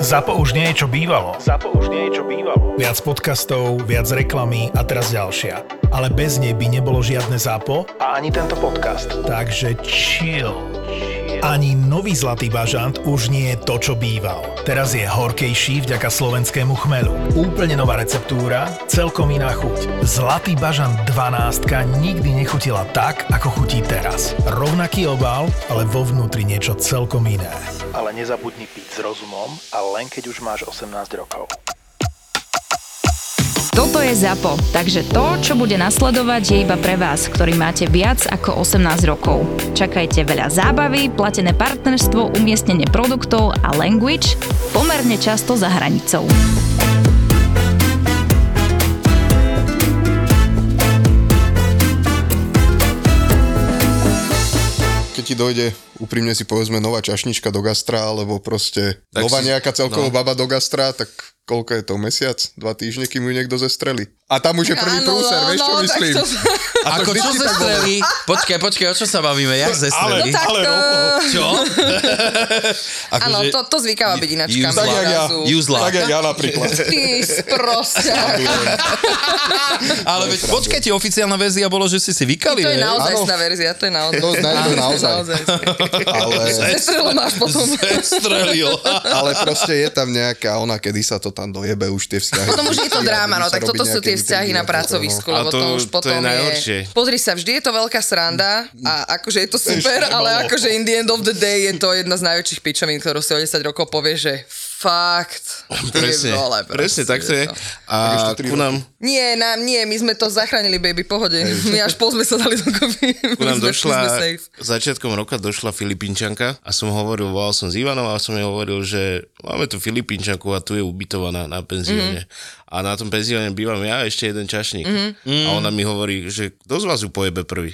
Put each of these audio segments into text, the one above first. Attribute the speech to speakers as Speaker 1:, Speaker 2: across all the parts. Speaker 1: ZAPO už nie je čo bývalo.
Speaker 2: ZAPO už nie je čo bývalo.
Speaker 1: Viac podcastov, viac reklamy a teraz ďalšia. Ale bez nej by nebolo žiadne ZAPO,
Speaker 2: A ani tento podcast.
Speaker 1: takže chill. Ani nový zlatý bažant už nie je to, čo býval. Teraz je horkejší vďaka slovenskému chmelu. Úplne nová receptúra, celkom iná chuť. Zlatý bažant 12 nikdy nechutila tak, ako chutí teraz. Rovnaký obal, ale vo vnútri niečo celkom iné.
Speaker 2: Ale nezabudni piť s rozumom a len keď už máš 18 rokov.
Speaker 3: Toto je ZAPO, takže to, čo bude nasledovať, je iba pre vás, ktorý máte viac ako 18 rokov. Čakajte veľa zábavy, platené partnerstvo, umiestnenie produktov a language pomerne často za hranicou.
Speaker 4: keď ti dojde, úprimne si povedzme, nová čašnička do gastra, alebo proste
Speaker 5: Tak
Speaker 4: nová
Speaker 5: si-
Speaker 4: nejaká celkovo
Speaker 5: no.
Speaker 4: no. baba do gastra, tak koľko je to, mesiac, dva týždne, kým ju niekto zestreli. A tam už je prvý
Speaker 6: Áno,
Speaker 4: prúser,
Speaker 6: no,
Speaker 4: vieš čo
Speaker 6: no, tak
Speaker 4: myslím?
Speaker 6: to-
Speaker 4: A to
Speaker 5: Ako čo
Speaker 4: vždycky tak bolo.
Speaker 5: zestreli? Počkaj, počkaj, o čo sa bavíme? Jak zestreli?
Speaker 6: No tak, ale
Speaker 5: Čo? Ako,
Speaker 7: Akože-
Speaker 4: akože
Speaker 6: Áno,
Speaker 5: že-
Speaker 6: to, to zvykáva byť ináčka.
Speaker 5: Tak jak
Speaker 4: ja.
Speaker 5: You zlá.
Speaker 4: Tak jak ja napríklad.
Speaker 6: Ty sprosťák.
Speaker 5: Ale veď počkaj, ti oficiálna verzia bolo, že si si vykali,
Speaker 6: To je
Speaker 5: ne?
Speaker 6: naozajstná verzia, to je naozaj.
Speaker 4: To zna- to je naozaj. Ale,
Speaker 6: Zestrelil máš potom.
Speaker 5: Zestrelil.
Speaker 4: ale proste je tam nejaká ona, kedy sa to tam dojebe už tie vzťahy.
Speaker 6: Potom už je to
Speaker 4: Ja
Speaker 6: dráma,
Speaker 4: budú
Speaker 6: no
Speaker 4: sa
Speaker 6: tak
Speaker 4: robiť
Speaker 6: toto sú
Speaker 4: nejaké
Speaker 6: tie vzťahy
Speaker 4: intrigy
Speaker 6: na
Speaker 4: a toto, no.
Speaker 6: pracovisku,
Speaker 7: A
Speaker 6: lebo to,
Speaker 7: to-
Speaker 6: už
Speaker 7: to je
Speaker 6: potom
Speaker 7: najhoršie.
Speaker 6: Pozri sa, vždy je to veľká sranda a akože je to super,
Speaker 4: Ešte
Speaker 6: ale
Speaker 4: bolo.
Speaker 6: akože in the end of the day je to jedna z najväčších pičovín, ktorú si o 10 rokov povie, že fakt. ty
Speaker 7: Presne,
Speaker 6: vole,
Speaker 7: presne tak to je. A
Speaker 4: ešte tri
Speaker 7: ku nám,
Speaker 6: Nie, nám nie, my sme to zachránili, baby, pohode. My až pol sme sa dali dokopy.
Speaker 7: ku nám
Speaker 6: My sme- my sme
Speaker 7: došla,
Speaker 6: safe.
Speaker 7: začiatkom roka došla Filipínčanka a som hovoril, volal som s Ivanom a som jej hovoril, že máme tu Filipínčanku a tu je ubytovaná
Speaker 6: Mhm.
Speaker 7: na penzióne. A na tom penzióne bývam ja a ešte jeden čašník.
Speaker 6: Mhm.
Speaker 7: A ona mi hovorí, že kto z vás ju pojebe prvý?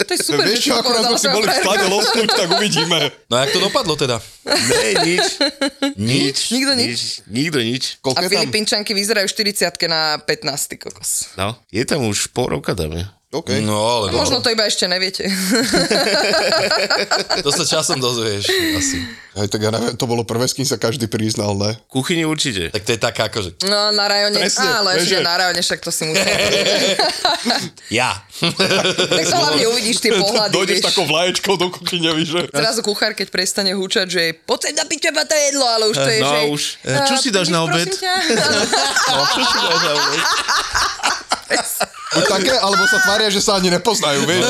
Speaker 6: To je super,
Speaker 4: Vieš
Speaker 6: že
Speaker 4: čo,
Speaker 6: to
Speaker 4: akurát sme
Speaker 6: povedala
Speaker 4: si
Speaker 6: tvoja
Speaker 4: boli v
Speaker 6: frajerka.
Speaker 4: sklade Lostnúť, tak uvidíme.
Speaker 5: No a jak to dopadlo teda?
Speaker 7: Ne, nič. Nič.
Speaker 6: Nikto nič?
Speaker 7: Nikto nič.
Speaker 4: Koľko
Speaker 6: A
Speaker 4: je tam?
Speaker 6: Filipínčanky vyzerajú 40 na 15 kokos.
Speaker 7: No, je tam už pol roka tam, je.
Speaker 4: OK.
Speaker 5: No ale
Speaker 6: A možno to iba ešte neviete.
Speaker 5: to sa časom dozvieš asi.
Speaker 4: Hej, tak ja neviem, to bolo prvé, s kým sa každý priznal, ne?
Speaker 7: Kuchyni určite.
Speaker 5: Tak to je taká akože
Speaker 6: No na rajone,
Speaker 4: Presne,
Speaker 6: ale
Speaker 4: vieš,
Speaker 6: ešte
Speaker 4: že-
Speaker 6: na rajone, však to si musel.
Speaker 5: ja.
Speaker 6: tak to hlavne uvidíš tie pohľady,
Speaker 4: Dojdeš
Speaker 6: vieš.
Speaker 4: takou vlaječkou do kuchyne, víš, že...
Speaker 6: Zrazu kuchár, keď prestane húčať, že poď sem na piť to jedlo, ale už to je,
Speaker 7: No
Speaker 6: že...
Speaker 7: a už, e, čo
Speaker 6: "A,
Speaker 7: si dáš
Speaker 6: vidíš,
Speaker 7: na obed?"
Speaker 6: prosím ťa?
Speaker 4: Buď také, alebo sa tvária, že sa ani nepoznajú, vieš?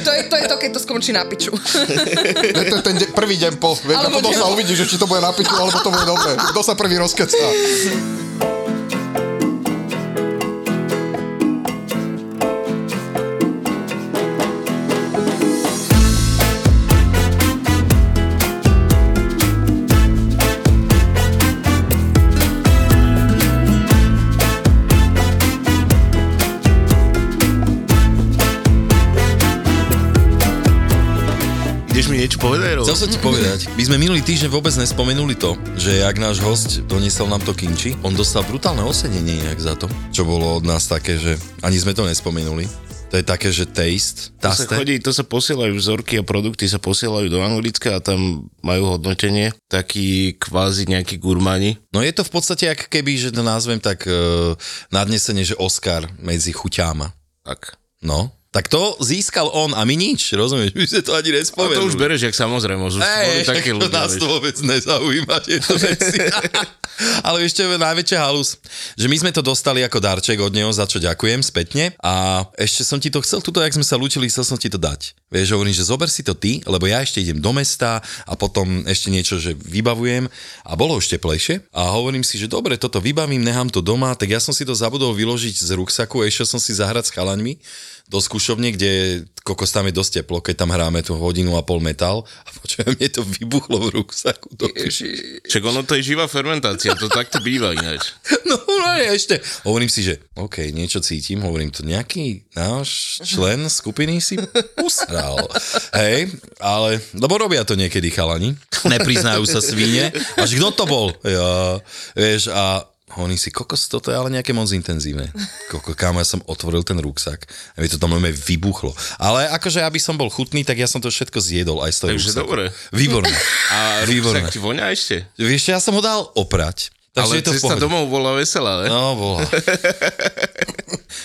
Speaker 6: to, je, to je to, keď to skončí na piču.
Speaker 4: To je ten de- prvý deň po, vieš, a
Speaker 6: Alebo
Speaker 4: potom
Speaker 6: deň-
Speaker 4: sa uvidí, že či to bude na piču, alebo to bude dobre. Kto sa prvý rozkecá?
Speaker 7: Ideš mi niečo povedať, Robo?
Speaker 5: Chcel som ti povedať, my sme minulý týždeň vôbec nespomenuli to, že ak náš host doniesol nám to kinči, on dostal brutálne ocenenie inak za to, čo bolo od nás také, že ani sme to nespomenuli. To je také, že taste,
Speaker 7: sa
Speaker 5: taste.
Speaker 7: chodí, to sa posielajú vzorky a produkty sa posielajú do Anglicka a tam majú hodnotenie, takí kvázi nejakí gurmáni.
Speaker 5: No je to v podstate ak keby, že to nazvem tak e, nadnesenie, že Oscar medzi chuťáma.
Speaker 7: Tak.
Speaker 5: No, tak to získal on a my nič, rozumieš? My sme to ani
Speaker 7: A
Speaker 5: nespomenuli.
Speaker 7: to už bereš, jak samozrejme, už
Speaker 5: Hej,
Speaker 7: hey,
Speaker 5: však
Speaker 7: také
Speaker 5: to
Speaker 7: ľudia.
Speaker 5: nás
Speaker 7: vieš.
Speaker 5: to vôbec nezaujíma, tieto veci. Ale ešte najväčšia halus, že my sme to dostali ako darček od neho, za čo ďakujem spätne. A ešte som ti to chcel, tuto, jak sme sa lúčili, chcel som ti to dať. Vieš, hovorím, že zober si to ty, lebo ja ešte idem do mesta a potom ešte niečo, že vybavujem. A bolo už teplejšie. A hovorím si, že dobre, toto vybavím, nechám to doma. Tak ja som si to zabudol vyložiť z ruksaku, a išiel som si zahrať s chalaňmi do skúšovne, kde kokos tam je dosť teplo, keď tam hráme tú hodinu a pol metal a počujem, mne to vybuchlo v ruksaku. Do...
Speaker 6: Ježi.
Speaker 7: Však ono to je živá fermentácia, to takto býva ináč.
Speaker 5: No, no je ešte. Hovorím si, že OK, niečo cítim, hovorím to nejaký náš člen skupiny si usral. Hej, ale, lebo robia to niekedy chalani, nepriznajú sa svine. Až kto to bol? Ja, vieš, a Oni si, kokos, toto je ale nejaké moc intenzívne. Koko, kámo, ja som otvoril ten ruksak a mi to tam len vybuchlo. Ale akože, aby som bol chutný, tak ja som to všetko zjedol aj z toho
Speaker 7: Takže
Speaker 5: ruksaku.
Speaker 7: dobre.
Speaker 5: Výborné.
Speaker 7: A
Speaker 5: Výborné.
Speaker 7: rúbsak ti vonia ešte?
Speaker 5: Vieš, čo, ja som ho dal oprať. Takže
Speaker 7: Ale
Speaker 5: je to v
Speaker 7: cesta
Speaker 5: pohode.
Speaker 7: domov bola veselá, ne?
Speaker 5: No, bola.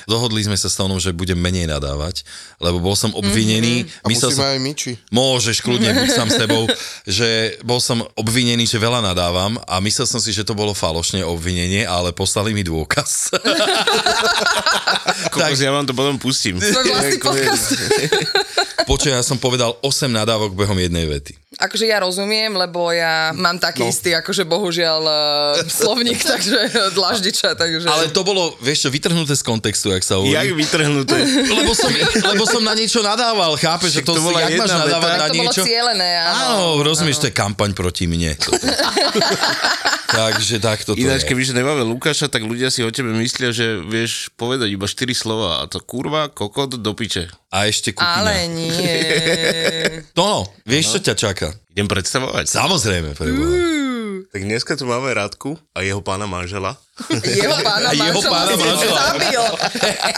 Speaker 5: Dohodli sme sa s Tonom, že budem menej nadávať, lebo bol
Speaker 7: Mhm.
Speaker 5: som obvinený.
Speaker 4: A
Speaker 5: Myslel
Speaker 4: musíme
Speaker 5: som,
Speaker 4: aj myči.
Speaker 5: môžeš kľudne byť sám s tebou, že bol som obvinený, že veľa nadávam a myslel som si, že to bolo falošné obvinenie, ale poslali mi dôkaz.
Speaker 7: Kokos, ja vám to potom pustím.
Speaker 6: Svoj vlastný podcast.
Speaker 5: Počuj, ja som povedal 8 nadávok behom jednej vety.
Speaker 6: Akože ja rozumiem, lebo ja mám taký no. istý, akože bohužiaľ eh, slovník, takže dlaždiča, takže...
Speaker 5: Ale to bolo, vieš čo, vytrhnuté z kontextu, jak sa hovorí.
Speaker 7: Jak vytrhnuté.
Speaker 5: Lebo som, lebo som na niečo nadával, chápeš? Že
Speaker 7: Však
Speaker 5: to,
Speaker 7: to
Speaker 5: to
Speaker 7: bola
Speaker 5: jak máš
Speaker 7: jedna veta.
Speaker 5: nadávať
Speaker 6: tak
Speaker 5: na
Speaker 6: to bolo
Speaker 5: niečo?
Speaker 6: cielené, áno.
Speaker 5: Áno, no, rozumieš, to je kampaň proti mne. Toto. Takže takto to
Speaker 7: Ináč,
Speaker 5: je.
Speaker 7: kebyže nemáme Lukáša, tak ľudia si o tebe myslia, že vieš povedať iba 4 slova a to kurva, kokot, do piče.
Speaker 5: A ešte kuchyňa.
Speaker 6: Ale nie.
Speaker 5: Tono, vieš, čo ťa čaká?
Speaker 7: Idem predstavovať.
Speaker 5: Samozrejme,
Speaker 6: Mm.
Speaker 5: preboha.
Speaker 7: Tak dneska tu máme Radku a jeho pána manžela.
Speaker 6: Jeho pána
Speaker 5: A jeho
Speaker 6: manžela
Speaker 5: pána
Speaker 6: si
Speaker 5: manžela.
Speaker 6: zabil.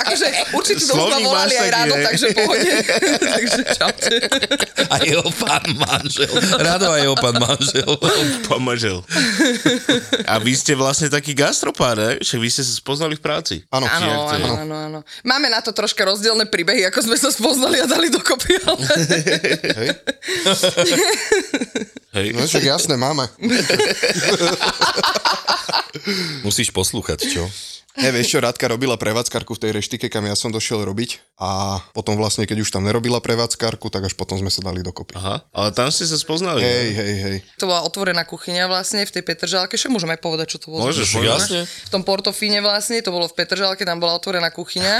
Speaker 6: Akože určite to už ma
Speaker 7: Slovník
Speaker 6: volali
Speaker 7: máš
Speaker 6: aj
Speaker 7: taký,
Speaker 6: ráno,
Speaker 7: hej.
Speaker 6: takže pohode. takže čaute.
Speaker 5: A jeho pán manžel. Rado a jeho pán manžel.
Speaker 7: Pán manžel. A vy ste vlastne taký gastropár, ne? Však vy ste sa spoznali v práci.
Speaker 4: Áno,
Speaker 6: Áno,
Speaker 4: čiže-
Speaker 7: to je?
Speaker 6: áno, áno, áno. Máme na to troška rozdielne príbehy, ako sme sa spoznali a dali dokopy, ale...
Speaker 4: Hej?
Speaker 7: Hej.
Speaker 4: No však jasné, máme.
Speaker 5: Musíš poslúchať, čo?
Speaker 4: Nevieš čo, Radka robila prevádzkarku v tej reštike, kam ja som došiel robiť a potom vlastne, keď už tam nerobila prevádzkarku, tak až potom sme sa dali dokopy.
Speaker 7: Aha, ale tam ste sa spoznali.
Speaker 4: Hej,
Speaker 7: ne?
Speaker 4: hej, hej.
Speaker 6: To bola otvorená kuchyňa vlastne v tej Petržalke. Čo môžeme aj povedať, čo to bolo?
Speaker 7: Môžeš,
Speaker 5: Však
Speaker 7: môžeš.
Speaker 5: jasne.
Speaker 6: V tom Portofíne vlastne, to bolo v Petržalke, tam bola otvorená kuchyňa.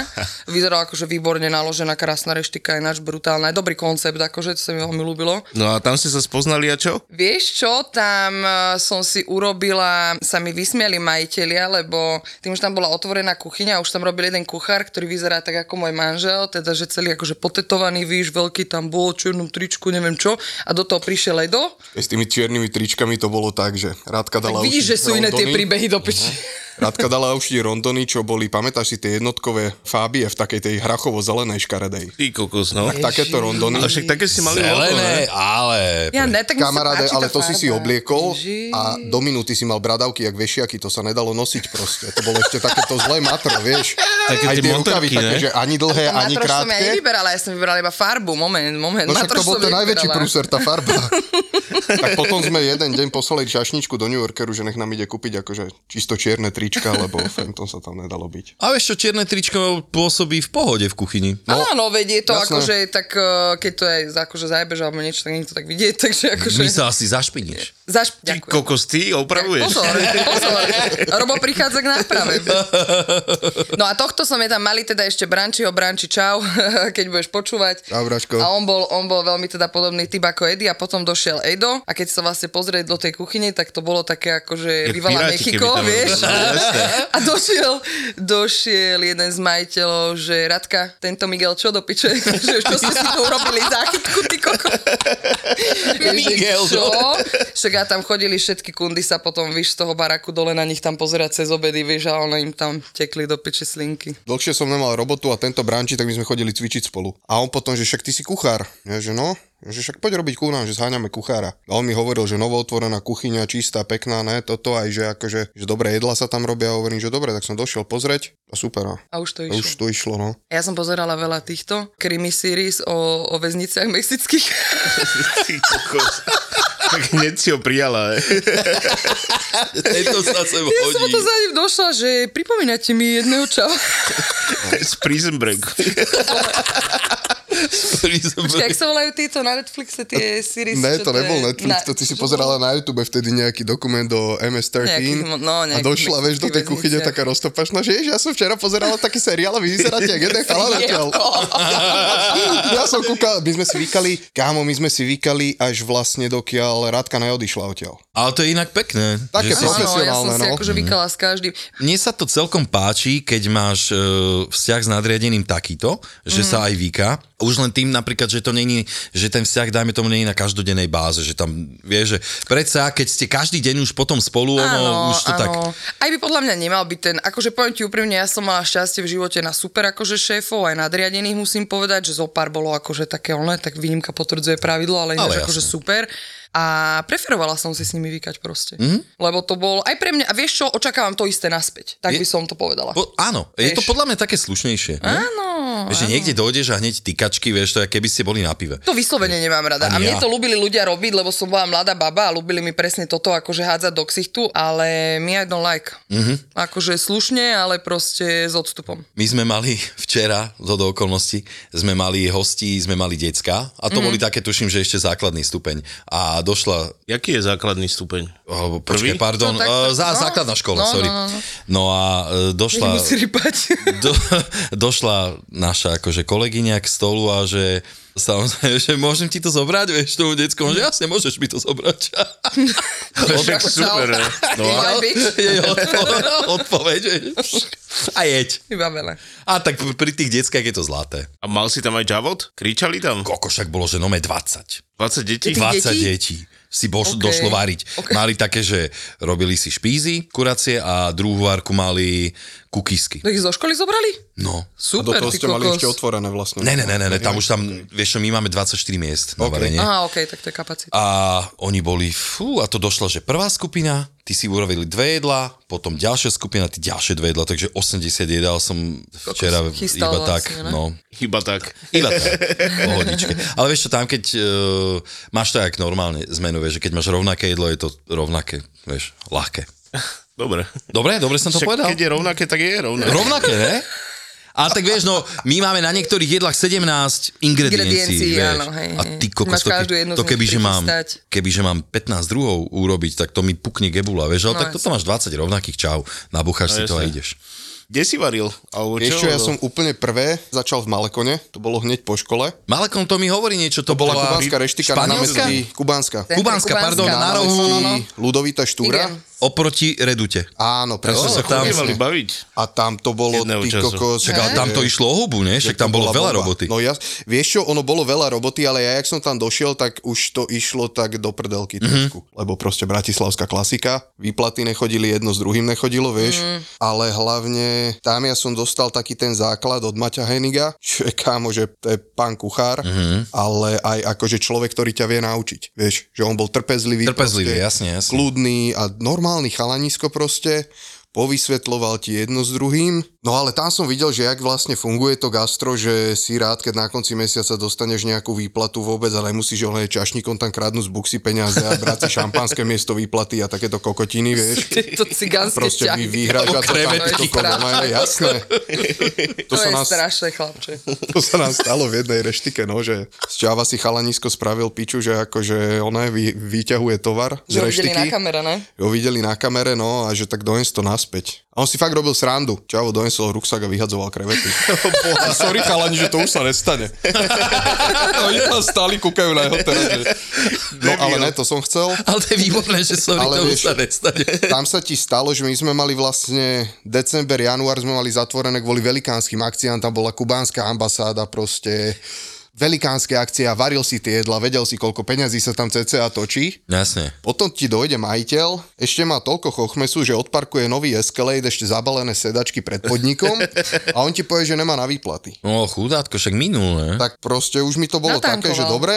Speaker 6: Vyzerala akože výborne naložená, krásna reštika, ináč brutálna. Aj Dobrý koncept, akože to sa mi veľmi ľúbilo.
Speaker 7: No a tam ste sa spoznali a čo?
Speaker 6: Vieš čo, tam eh, som si urobila, sa mi vysmiali majiteľia, lebo tým, že tam bola otvorená kuchyňa, už tam robil jeden kuchár, ktorý vyzerá tak ako môj manžel, teda že celý akože potetovaný, víš, veľký tam bol, čiernom tričku, neviem čo, a do toho prišiel Edo.
Speaker 4: S tými čiernymi tričkami to bolo tak, že Radka
Speaker 6: Tak
Speaker 4: dala
Speaker 6: vidíš,
Speaker 4: ušiť
Speaker 6: že sú iné tie
Speaker 4: rondony.
Speaker 6: príbehy do piči.
Speaker 4: Radka dala ušiť rondony, čo boli, pamätáš si tie jednotkové fábie v takej tej hrachovo-zelenej škaredej.
Speaker 7: Ty kokos, no.
Speaker 4: Tak, takéto rondony.
Speaker 7: Ale však také ste mali voľko, ne?
Speaker 5: Zelené, ale...
Speaker 6: Ja ne, tak mi sa
Speaker 4: Kamaráde,
Speaker 6: páči tá
Speaker 4: ale to si
Speaker 6: farba.
Speaker 4: si obliekol
Speaker 6: Ježiš.
Speaker 4: a do minúty si mal bradavky jak vešiaky, to sa nedalo nosiť proste. To bolo ešte takéto zlé matro, vieš.
Speaker 7: Také
Speaker 4: Aj
Speaker 7: tie
Speaker 4: tie
Speaker 7: motorky,
Speaker 4: rukavy
Speaker 7: ne?
Speaker 4: také, že ani dlhé,
Speaker 6: Na
Speaker 4: ani
Speaker 6: troš som ja
Speaker 4: krátke.
Speaker 6: nevyberala, ja som vyberala iba farbu, moment, moment.
Speaker 4: No
Speaker 6: na
Speaker 4: však to
Speaker 6: troš
Speaker 4: bol
Speaker 6: som
Speaker 4: ten najväčší
Speaker 6: nevyberala.
Speaker 4: prúser, tá farba. tak potom sme jeden deň poslali čašničku do New Yorkeru, že nech nám ide kúpiť akože čisto čierne trička, lebo Phantom sa tam nedalo byť.
Speaker 5: A vieš čo, čierne tričko pôsobí v pohode v kuchyni.
Speaker 6: No, Áno, veď je to
Speaker 4: jasné.
Speaker 6: akože tak, eh, keď to je akože zajebeš alebo niečo, tak niekto tak vidieť, takže akože...
Speaker 5: My sa asi zašpiníš.
Speaker 6: Zaš...
Speaker 7: Ty
Speaker 6: Ďakujem.
Speaker 7: kokos, ty opravuješ.
Speaker 6: Pozor, pozor. Robo prichádza k náprave. No a tohto som je tam mali teda ešte Brančiho, Branči čau, keď budeš počúvať.
Speaker 4: Čau, Bračko.
Speaker 6: A on bol, on bol veľmi teda podobný typ ako Eddie a potom došiel Edo a keď sa vlastne pozrieť do tej kuchyne, tak to bolo také akože
Speaker 7: Jak
Speaker 6: bývala
Speaker 7: piráti, keby
Speaker 6: Mexiko,
Speaker 7: tam-
Speaker 6: vieš.
Speaker 7: No, jasne.
Speaker 6: A došiel, došiel jeden z majiteľov, že Radka, tento Miguel, čo do piče? Že čo ste si tu urobili záchytku, ty koko? Ja, že
Speaker 5: Miguel,
Speaker 6: čo? Však a tam chodili všetky kundy sa potom, víš, z toho baraku dole na nich tam pozerať cez obedy, vieš, a ono im tam tekli do piče slinky.
Speaker 4: Dlhšie som nemal robotu a tento branči, tak my sme chodili cvičiť spolu. A on potom, že však ty si kuchár. Ja, že no, Ja, že však poď robiť ku nám, že zháňame kuchára. A on mi hovoril, že novootvorená kuchyňa, čistá, pekná, ne, toto aj, že akože, že dobré jedla sa tam robia. A hovorím, že dobre, tak som došiel pozrieť a super. A
Speaker 6: A už to išlo.
Speaker 4: už to išlo, no.
Speaker 6: Ja som pozerala veľa týchto krimi series o, o väzniciach mexických.
Speaker 7: Ty kokos. Tak hneď si ho prijala, ne?
Speaker 5: Tento sa sem
Speaker 6: Ja som
Speaker 5: hodí.
Speaker 6: to za ním došla, že pripomínate mi jedného čau.
Speaker 7: Z prison break.
Speaker 6: Počkaj, jak sa volajú títo na Netflixe tie series?
Speaker 4: Ne,
Speaker 6: čo
Speaker 4: to nebol
Speaker 6: je?
Speaker 4: Netflix, to ty si pozerala na YouTube vtedy nejaký dokument do MS-13
Speaker 6: Nejakých mo- no,
Speaker 4: a
Speaker 6: nejakých
Speaker 4: došla, vieš, do tej
Speaker 6: mexických
Speaker 4: kuchyne
Speaker 6: väzniciach.
Speaker 4: taká roztopašná, že ježiš, ja som včera pozerala taký seriál a vy vyzeráte jak jeden chalanateľ. ja som kúkal, my sme si vykali, kámo, my sme si vykali až vlastne dokiaľ Radka neodišla odtiaľ.
Speaker 5: Ale to je inak pekné.
Speaker 4: Také
Speaker 5: že si
Speaker 4: proste-
Speaker 5: sa-
Speaker 6: Áno, ja som
Speaker 4: profesionálne,
Speaker 6: si
Speaker 4: no.
Speaker 6: akože vykala s každým.
Speaker 5: Mne sa to celkom páči, keď máš e, vzťah s nadriadeným takýto, že
Speaker 6: Mhm.
Speaker 5: mm. sa aj vyká. Už len tým napríklad, že to není, že ten vzťah, dajme tomu, není na každodennej báze, že tam, vieš, že predsa, keď ste každý deň už potom spolu, ono, No, už to tak...
Speaker 6: Aj by podľa mňa nemal byť ten, akože poviem ti úprimne, ja som mala šťastie v živote na super akože šéfov, aj nadriadených musím povedať, že zo pár bolo akože také oné, tak výnimka potvrdzuje pravidlo,
Speaker 5: Ale
Speaker 6: ale, ináč
Speaker 5: jasné.
Speaker 6: akože super. A preferovala som si s nimi vykať proste.
Speaker 5: Mhm.
Speaker 6: Mm-hmm. Lebo to bol aj pre mňa, a vieš čo, očakávam to isté naspäť. Tak
Speaker 5: Je-
Speaker 6: je, by som to povedala.
Speaker 5: Po, áno, je to
Speaker 6: Vieš.
Speaker 5: podľa mňa také slušnejšie. ne?
Speaker 6: Áno.
Speaker 5: Vieš, že niekde dojdeš a hneď tykačky, vieš, to je, keby ste boli na pive.
Speaker 6: To vyslovene nemám rada.
Speaker 5: Ani
Speaker 6: a mne
Speaker 5: ja.
Speaker 6: to ľúbili ľudia robiť, lebo som bola mladá baba a ľúbili mi presne toto, akože hádzať do ksichtu, ale mi I don't like.
Speaker 4: Mhm.
Speaker 6: Mm-hmm. Akože slušne, ale proste s odstupom.
Speaker 5: My sme mali včera, zo do okolností, sme mali hostí, sme mali decka a
Speaker 6: Mhm.
Speaker 5: to mm. boli také, tuším, že ešte základný stupeň. A došla,
Speaker 7: Jaký je základný stupeň?
Speaker 5: oh, počkaj,
Speaker 7: Prvý?
Speaker 5: pardon, no,
Speaker 6: No tak-
Speaker 5: zá,
Speaker 6: no.
Speaker 5: základná škola,
Speaker 6: No,
Speaker 5: sorry.
Speaker 6: no, no, no.
Speaker 5: no a e, došla...
Speaker 6: Musí rýpať.
Speaker 5: do, došla naša akože kolegyňa k stolu a že samozrejme, že môžem ti to zobrať, vieš, tomu decku, že jasne, môžeš mi to zobrať.
Speaker 7: Však super, ne?
Speaker 4: eh.
Speaker 6: No,
Speaker 7: No a-
Speaker 5: Jej odpoveď, odpoveď vieš. A jeď.
Speaker 6: Vybavené.
Speaker 5: A tak pri tých deckách je to zlaté.
Speaker 7: A mal si tam aj javot? Kričali tam?
Speaker 5: Koko však bolo, že nome 20.
Speaker 7: 20 detí?
Speaker 5: 20 detí,
Speaker 6: detí?
Speaker 5: si boš,
Speaker 6: Ok.
Speaker 5: došlo variť.
Speaker 6: Ok.
Speaker 5: Mali také, že robili si špízy, kuracie a druhú várku mali kukisky.
Speaker 6: To ich zo školy zobrali?
Speaker 4: A
Speaker 5: No.
Speaker 4: do
Speaker 6: Super,
Speaker 4: toho
Speaker 6: ty
Speaker 4: ste mali
Speaker 6: kokos.
Speaker 4: ešte otvorené vlastne.
Speaker 5: Ne, ne, ne, ne, ne tam už tam, vieš čo, my máme 24 miest na
Speaker 4: Ok.
Speaker 5: varenie.
Speaker 6: Aha, ok, tak to je kapacita.
Speaker 5: A oni boli, fú, a to došla, že prvá skupina, ty si urobili dve jedla, potom ďalšia skupina, ty ďalšie dve jedla, takže 80 jedál som včera
Speaker 6: Chystal
Speaker 5: iba
Speaker 6: vlastne,
Speaker 5: tak,
Speaker 6: ne?
Speaker 5: no.
Speaker 7: Iba tak.
Speaker 5: Iba tak, pohodičke. Ale vieš čo, tam keď uh, máš to jak normálne zmenu, vieš, že keď máš rovnaké jedlo, je to rovnaké, vieš, ľahké.
Speaker 7: Dobre.
Speaker 5: Dobre, dobre som to
Speaker 7: Však
Speaker 5: povedal.
Speaker 7: keď je rovnaké, tak je rovnaké.
Speaker 5: Rovnaké, ne? A tak vieš, no, my máme na niektorých jedlách 17 ingrediencií,
Speaker 6: Ingrediencií,
Speaker 5: vieš.
Speaker 6: áno, hej,
Speaker 5: a
Speaker 6: hej.
Speaker 5: ty kokos,
Speaker 6: Máš
Speaker 5: to,
Speaker 6: každú jednu
Speaker 5: ke, to
Speaker 6: z nich
Speaker 5: keby, že mám,
Speaker 6: prichystať.
Speaker 5: keby, že mám 15 druhov urobiť, tak to mi pukne gebula, vieš, ale
Speaker 6: No,
Speaker 5: tak toto máš 20 rovnakých, čau, nabúchaš si to a
Speaker 7: jasne.
Speaker 5: ideš.
Speaker 7: Kde si varil? Alebo čo?
Speaker 4: Ešte ja som úplne prvé začal v Malekone, to bolo hneď po škole.
Speaker 5: Malekom to mi hovorí niečo,
Speaker 4: To
Speaker 5: to,
Speaker 4: bola
Speaker 5: bola
Speaker 4: kubánska reštika na
Speaker 5: španielská?
Speaker 4: námestí Kubánska.
Speaker 6: Centrum
Speaker 5: Kubánska, pardon,
Speaker 6: Kubánska.
Speaker 5: na rohu.
Speaker 6: No, no, no.
Speaker 4: Ludovita Štúra.
Speaker 6: Idem.
Speaker 5: Oproti Redute.
Speaker 4: Áno,
Speaker 5: Ja
Speaker 4: presne.
Speaker 5: som sa
Speaker 4: sa
Speaker 5: tam-
Speaker 7: Chodívali
Speaker 4: tam,
Speaker 7: baviť.
Speaker 4: a tam to bolo
Speaker 7: Jedného
Speaker 4: ty
Speaker 7: času.
Speaker 4: kokos. eh,
Speaker 5: Čak, ale tam to išlo o hubu, ne? Však tam
Speaker 4: to
Speaker 5: bolo
Speaker 4: bola
Speaker 5: veľa
Speaker 4: bomba.
Speaker 5: roboty.
Speaker 4: No ja, vieš čo, ono bolo veľa roboty, ale ja, jak som tam došiel, tak už to išlo tak do prdelky
Speaker 5: Mhm.
Speaker 4: trošku. Lebo proste bratislavská klasika, výplaty nechodili, jedno s druhým nechodilo, vieš. Ale hlavne tam ja som dostal taký ten základ od Maťa Heniga, čo je kámo, že to je pán kuchár,
Speaker 5: Mhm.
Speaker 4: ale aj akože človek, ktorý ťa vie naučiť, vieš. Že on bol trpezlivý. proste
Speaker 5: Trpezlivý, jasne, jasne.
Speaker 4: kľudný a normálny chalanisko proste, povysvetloval ti jedno s druhým. No ale tam som videl, že jak vlastne funguje to gastro, že si rád, keď na konci mesiaca dostaneš nejakú výplatu vôbec, ale musíš ohľadať čašníkom tam kradnúť z buksy peniaze a brať si šampanské miesto výplaty a takéto kokotiny, vieš.
Speaker 6: Tieto cigánske
Speaker 4: Proste vy
Speaker 6: ťahy.
Speaker 4: vyhráš a to tam
Speaker 5: krevetky.
Speaker 4: to koľko, jasné.
Speaker 6: To,
Speaker 4: To, sa
Speaker 6: je
Speaker 4: nás,
Speaker 6: strašné, chlapče.
Speaker 4: to sa nám stalo v jednej reštike, no, že z Čava si chalanisko spravil piču, že akože ona vy, vyťahuje tovar z
Speaker 6: Že ho videli
Speaker 4: reštiky
Speaker 6: na kamere, ne?
Speaker 4: ho videli na kamere, no a že tak dones to naspäť. A on si fakt robil srandu. Čavo donesol ruksak a vyhadzoval krevety. Boha, sorry chalani, že to už sa nestane. Oni tam stáli, kúkajú na jeho teraz. Že... No ale ne, to som chcel.
Speaker 5: Ale to je výborné, že sorry,
Speaker 4: Ale
Speaker 5: to už
Speaker 4: vieš-
Speaker 5: sa nestane.
Speaker 4: Tam sa ti stalo, že my sme mali vlastne december, január sme mali zatvorené kvôli velikánskym akciám, tam bola kubánska ambasáda proste velikánske akcie a varil si tie jedla, vedel si, koľko peňazí sa tam cca točí.
Speaker 5: No, Jasne.
Speaker 4: Potom ti dojde majiteľ, ešte má toľko chochmesu, že odparkuje nový Escalade, ešte zabalené sedačky pred podnikom a on ti povie, že nemá na výplaty.
Speaker 5: No, chudátko, však minul, ne?
Speaker 4: Tak proste už mi to bolo také,
Speaker 6: Natankoval.
Speaker 4: že dobre,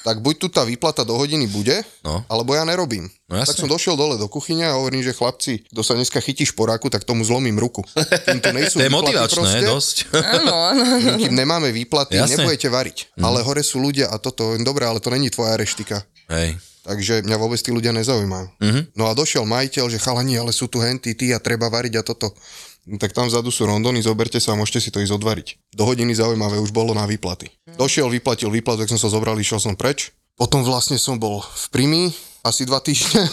Speaker 4: tak buď tu tá výplata do hodiny bude,
Speaker 5: No.
Speaker 4: alebo ja nerobím.
Speaker 5: No jasne.
Speaker 4: tak som došiel dole do kuchyne a hovorím, že chlapci, kto sa dneska chytí šporáku, tak tomu zlomím ruku. Kým tu nejsú
Speaker 5: To je
Speaker 4: výplaty
Speaker 5: motivačné,
Speaker 4: proste,
Speaker 5: dosť.
Speaker 6: Áno, áno.
Speaker 4: Kým nemáme výplaty,
Speaker 5: Jasne.
Speaker 4: nebudete variť.
Speaker 5: Mhm.
Speaker 4: Ale hore sú ľudia a toto, dobre, ale to není tvoja reštika.
Speaker 5: Hej.
Speaker 4: Takže mňa vôbec tí ľudia nezaujímajú. Mm-hmm. No a došiel majiteľ, že chalani, ale sú tu henty, ty a treba variť a toto. No Tak tam vzadu sú rondony, zoberte sa a môžete si to ísť odvariť. Do hodiny zaujímavé už bolo na výplaty. Došiel, vyplatil výplatu, tak som sa zobral, išiel som preč. Potom vlastne som bol v Primi, asi dva týždne.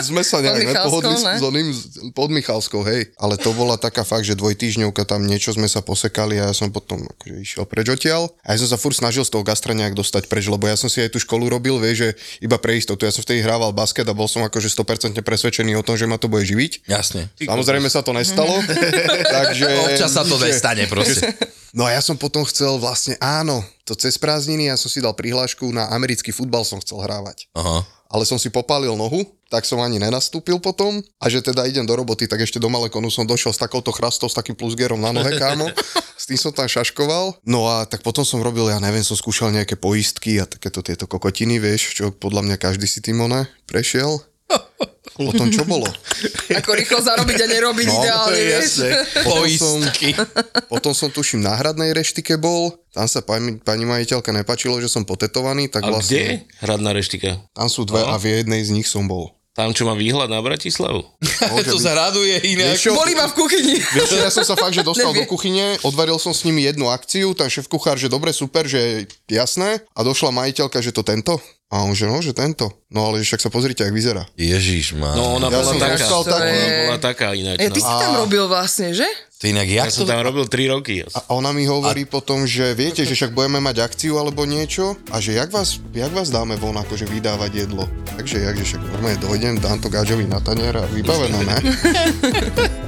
Speaker 4: Sme sa nejak
Speaker 6: Michalskou,
Speaker 4: nepohodli s,
Speaker 6: ne?
Speaker 4: s oným, s- pod Michalskou, hej. Ale to bola taká fakt, že dvojtýždňovka tam niečo sme sa posekali a ja som potom akože išiel preč odtiaľ. A ja som sa furt snažil z toho gastra nejak dostať preč, lebo ja som si aj tú školu robil, vieš, že iba pre istotu. Ja som vtedy hrával basket a bol som akože 100% presvedčený o tom, že ma to bude živiť.
Speaker 5: Jasne.
Speaker 4: Samozrejme sa to nestalo, takže...
Speaker 5: Občas sa to
Speaker 4: že-
Speaker 5: nestane proste.
Speaker 4: No a ja som potom chcel vlastne, áno, to cez prázdniny, ja som si dal prihlášku na americký futbal, som chcel hrávať.
Speaker 5: Aha.
Speaker 4: Ale som si popálil nohu, tak som ani nenastúpil potom. A že teda idem do roboty, tak ešte do Malekonu som došiel s takouto chrastou, s takým plusgerom na nohe, kámo. S tým som tam šaškoval. No a tak potom som robil, ja neviem, som skúšal nejaké poistky a takéto tieto kokotiny, vieš, čo podľa mňa každý si Timone prešiel. Potom čo bolo?
Speaker 6: Ako rýchlo zarobiť a nerobiť
Speaker 4: No, to je
Speaker 6: ideálne, vieš?
Speaker 4: Potom som-
Speaker 5: Poistky.
Speaker 4: Potom som tuším na hradnej reštike bol, tam sa pani, pani majiteľka nepačilo, že som potetovaný, tak
Speaker 7: Ale
Speaker 4: vlastne...
Speaker 7: kde je hradná reštika?
Speaker 4: Tam sú dve a v jednej z nich som bol.
Speaker 7: Tam, čo má výhľad na Bratislavu?
Speaker 5: to sa raduje inak.
Speaker 4: Vieš čo?
Speaker 6: Bol iba v kuchyni.
Speaker 4: Vieš, čo, ja som sa fakt, že dostal do
Speaker 6: Nevie.
Speaker 4: kuchyne, odvaril som s nimi jednu akciu, ten šéf kuchár, že dobre, super, že jasné. A došla majiteľka, že to tento. A on, že no, že tento. No ale že však sa pozrite, jak vyzerá.
Speaker 5: Ježiš, má.
Speaker 7: No ona
Speaker 4: Ja
Speaker 7: bola
Speaker 4: som
Speaker 7: taká.
Speaker 4: dostal
Speaker 6: To
Speaker 4: takú.
Speaker 7: Ona
Speaker 6: je-
Speaker 7: bola taká ináč.
Speaker 6: Ja, ty
Speaker 7: No.
Speaker 6: si tam robil vlastne, že?
Speaker 5: To inak jak
Speaker 7: Ja
Speaker 5: to...
Speaker 7: som tam robil 3 roky.
Speaker 4: A ona mi hovorí a... potom, že viete, že však budeme mať akciu alebo niečo a že jak vás, jak vás dáme von akože vydávať jedlo. Takže jak, že však normálne dojdem, dám to gáčovi na tanier a vybavené, ne?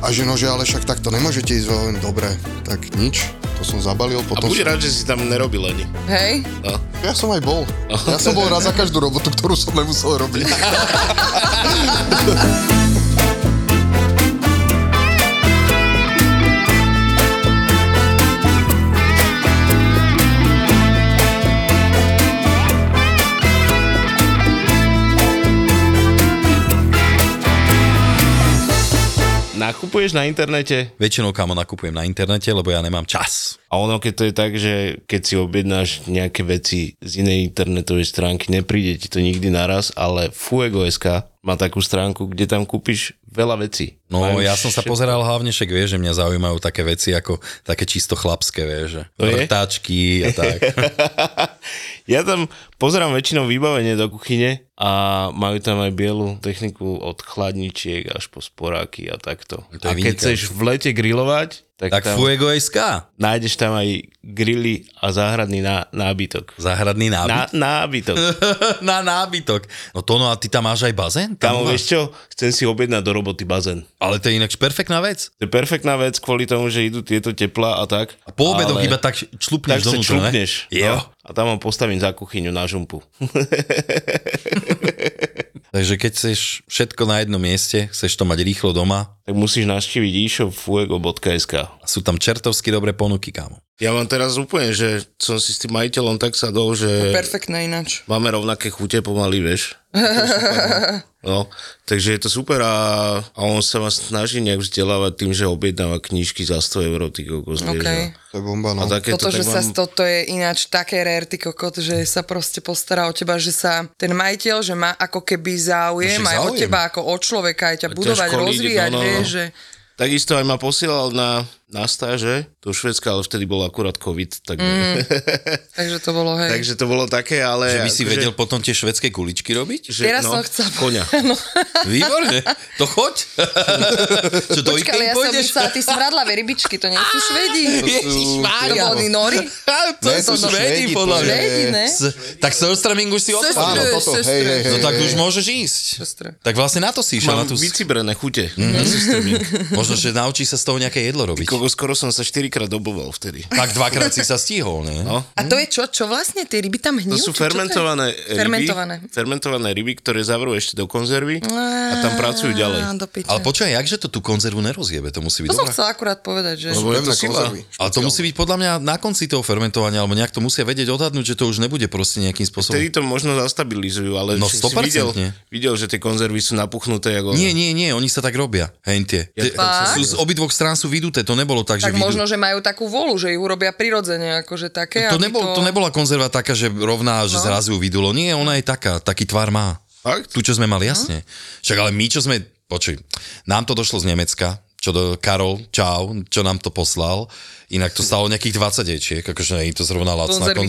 Speaker 4: A že no, že ale však takto nemôžete ísť von, dobre, tak nič, to som zabalil,
Speaker 7: A
Speaker 4: potom...
Speaker 7: buď
Speaker 4: som-
Speaker 7: rád, že si tam nerobil ani.
Speaker 6: Hej?
Speaker 7: No.
Speaker 4: Ja som aj bol. Ja som bol raz za každú robotu, ktorú som nemusel robiť.
Speaker 7: Nakupuješ na internete?
Speaker 5: Väčšinou kamo nakupujem na internete, lebo ja nemám čas.
Speaker 7: A ono, keď to je tak, že keď si objednáš nejaké veci z inej internetovej stránky, nepríde ti to nikdy naraz, ale Fuego.sk má takú stránku, kde tam kúpiš veľa vecí.
Speaker 5: No
Speaker 7: Majú
Speaker 5: ja som sa
Speaker 7: všetko.
Speaker 5: pozeral hlavne, však vieš, že mňa zaujímajú také veci ako také čisto chlapské, vieš, že
Speaker 7: To je?
Speaker 5: vrtáčky a tak.
Speaker 7: ja tam pozerám väčšinou vybavenie do kuchyne a majú tam aj bielu techniku od chladničiek až po sporáky a
Speaker 5: To
Speaker 7: takto.
Speaker 5: je
Speaker 7: a
Speaker 5: vynikajúce.
Speaker 7: keď chceš v lete grilovať, tak,
Speaker 5: tak
Speaker 7: tam
Speaker 5: Fuego.sk,
Speaker 7: nájdeš tam aj grily a záhradný ná, nábytok.
Speaker 5: záhradný
Speaker 7: Ná,
Speaker 5: nábytok.
Speaker 7: nábytok.
Speaker 5: Na, nábytok. No to no, a ty tam máš aj bazén?
Speaker 7: Kámo,
Speaker 5: máš?
Speaker 7: vieš čo? Chcem si objednať do roboty bazén.
Speaker 5: Ale to je inak perfektná vec.
Speaker 7: To je perfektná vec kvôli tomu, že idú tieto teplá a tak.
Speaker 5: A po obedoch
Speaker 7: ale
Speaker 5: iba tak š-
Speaker 7: tak
Speaker 5: člupneš
Speaker 7: sa
Speaker 5: donútra, ne?
Speaker 7: člupneš.
Speaker 5: Jo.
Speaker 7: No, a tam ho postavím za kuchyňu na žumpu.
Speaker 5: Takže keď chceš všetko na jednom mieste, chceš to mať rýchlo doma
Speaker 7: tak musíš naštíviť e-shopfuego.sk.
Speaker 5: a sú tam čertovsky dobré ponuky, kámo.
Speaker 7: Ja mám teraz úplne, že som si s tým majiteľom tak
Speaker 5: No,
Speaker 7: sadol, že
Speaker 6: Perfektné ináč.
Speaker 7: máme rovnaké chute pomaly, vieš. No, takže je to super a, a on sa ma snaží nejak vzdelávať tým, že objednáva knížky za 100 eur, ty kokos, vieš,
Speaker 6: Okej.
Speaker 7: no.
Speaker 4: To je bomba,
Speaker 7: A
Speaker 4: no.
Speaker 7: takéto,
Speaker 6: Toto,
Speaker 7: tak
Speaker 6: že sa
Speaker 7: mám-
Speaker 6: toto je ináč také rare, ty kokot, že sa proste postará o teba, že sa ten majiteľ, že má ako keby záujem,
Speaker 5: No, že
Speaker 6: aj o
Speaker 5: záujem.
Speaker 6: teba ako o človeka, aj ťa
Speaker 7: ťa
Speaker 6: budovať,
Speaker 7: školiť,
Speaker 6: rozvíjať,
Speaker 7: no, no, no.
Speaker 6: vieš, že...
Speaker 7: Takisto aj ma posielal na, na stáže do Švedska, ale vtedy bol akurát COVID, tak, mm.
Speaker 6: Takže to bolo, hej.
Speaker 7: takže to bolo také, ale...
Speaker 5: Že by si
Speaker 7: akože-
Speaker 5: vedel potom tie švedské kuličky robiť?
Speaker 7: že, no,
Speaker 6: Teraz som chcela- No.
Speaker 7: Konia.
Speaker 5: Výborne, to choď. Čo do
Speaker 6: Počkaj, ale
Speaker 5: Ikei
Speaker 6: ja som
Speaker 5: pôjdeš?
Speaker 6: myslela, ty smradlavé rybičky, to nie sú švedi. To
Speaker 5: Ježišmária.
Speaker 6: boli nori?
Speaker 5: To
Speaker 4: Ne, to
Speaker 5: sú
Speaker 4: sú
Speaker 5: Švedi,
Speaker 4: Švédi,
Speaker 5: podľa mňa.
Speaker 6: Švedi, ne?
Speaker 5: S- Tak Sörströmming už si
Speaker 4: Áno,
Speaker 5: odpadol.
Speaker 4: toto,
Speaker 6: Sestre,
Speaker 4: hej, hej, hej.
Speaker 5: No tak
Speaker 4: hej.
Speaker 5: už môžeš ísť.
Speaker 6: Sestre.
Speaker 5: Tak vlastne na to si išiel. Na
Speaker 7: Mám
Speaker 5: tú...
Speaker 7: vycibrené chute.
Speaker 5: Možno, že naučí sa z toho nejaké jedlo robiť.
Speaker 7: Koľko skoro som sa 4 krát doboval vtedy.
Speaker 5: Tak dvakrát si sa stihol, ne?
Speaker 7: No.
Speaker 6: A to je čo? Čo vlastne? Tie ryby tam hnijú?
Speaker 7: To sú
Speaker 6: či čo je?
Speaker 7: fermentované ryby,
Speaker 6: Fermentované.
Speaker 7: fermentované ryby, ktoré zavrú ešte do konzervy a tam pracujú
Speaker 6: Á,
Speaker 7: ďalej.
Speaker 6: do piče.
Speaker 5: Ale počkaj, jakže to tú konzervu nerozjebe? To musí byť
Speaker 6: To som
Speaker 5: dobré.
Speaker 6: chcela akurát povedať, že...
Speaker 4: Sú
Speaker 7: je to
Speaker 4: pevné
Speaker 7: sila.
Speaker 4: konzervy.
Speaker 5: Ale to musí byť podľa mňa na konci toho fermentovania, alebo nejak to musia vedieť odhadnúť, že to už nebude proste nejakým spôsobom.
Speaker 7: Vtedy to možno zastabilizujú, ale
Speaker 5: No,
Speaker 7: však si videl,
Speaker 5: 100%.
Speaker 7: videl, že tie konzervy sú napuchnuté. Ako...
Speaker 5: Nie, nie, nie, oni sa tak robia. Hej, tie.
Speaker 7: Ja
Speaker 5: Tie-
Speaker 7: to tak
Speaker 5: sú z obidvoch strán sú vyduté, to nebolo tak, že
Speaker 6: Tak
Speaker 5: vydú-
Speaker 6: možno, že majú takú volu, že ich urobia prirodzene, akože také.
Speaker 5: To,
Speaker 6: aby
Speaker 5: nebol, to nebola konzerva taká, že rovná, že no. zrazu ju vydulo. Nie, ona je taká, taký tvar má.
Speaker 7: Fakt?
Speaker 6: No.
Speaker 5: Tu, čo sme mali, jasne. Však ale my, čo sme, počuj, nám to došlo z Nemecka, čo do Karol, čau, čo nám to poslal. Inak to stalo nejakých 20 ečiek, akože nie je to zrovna lacná
Speaker 6: Konzervička.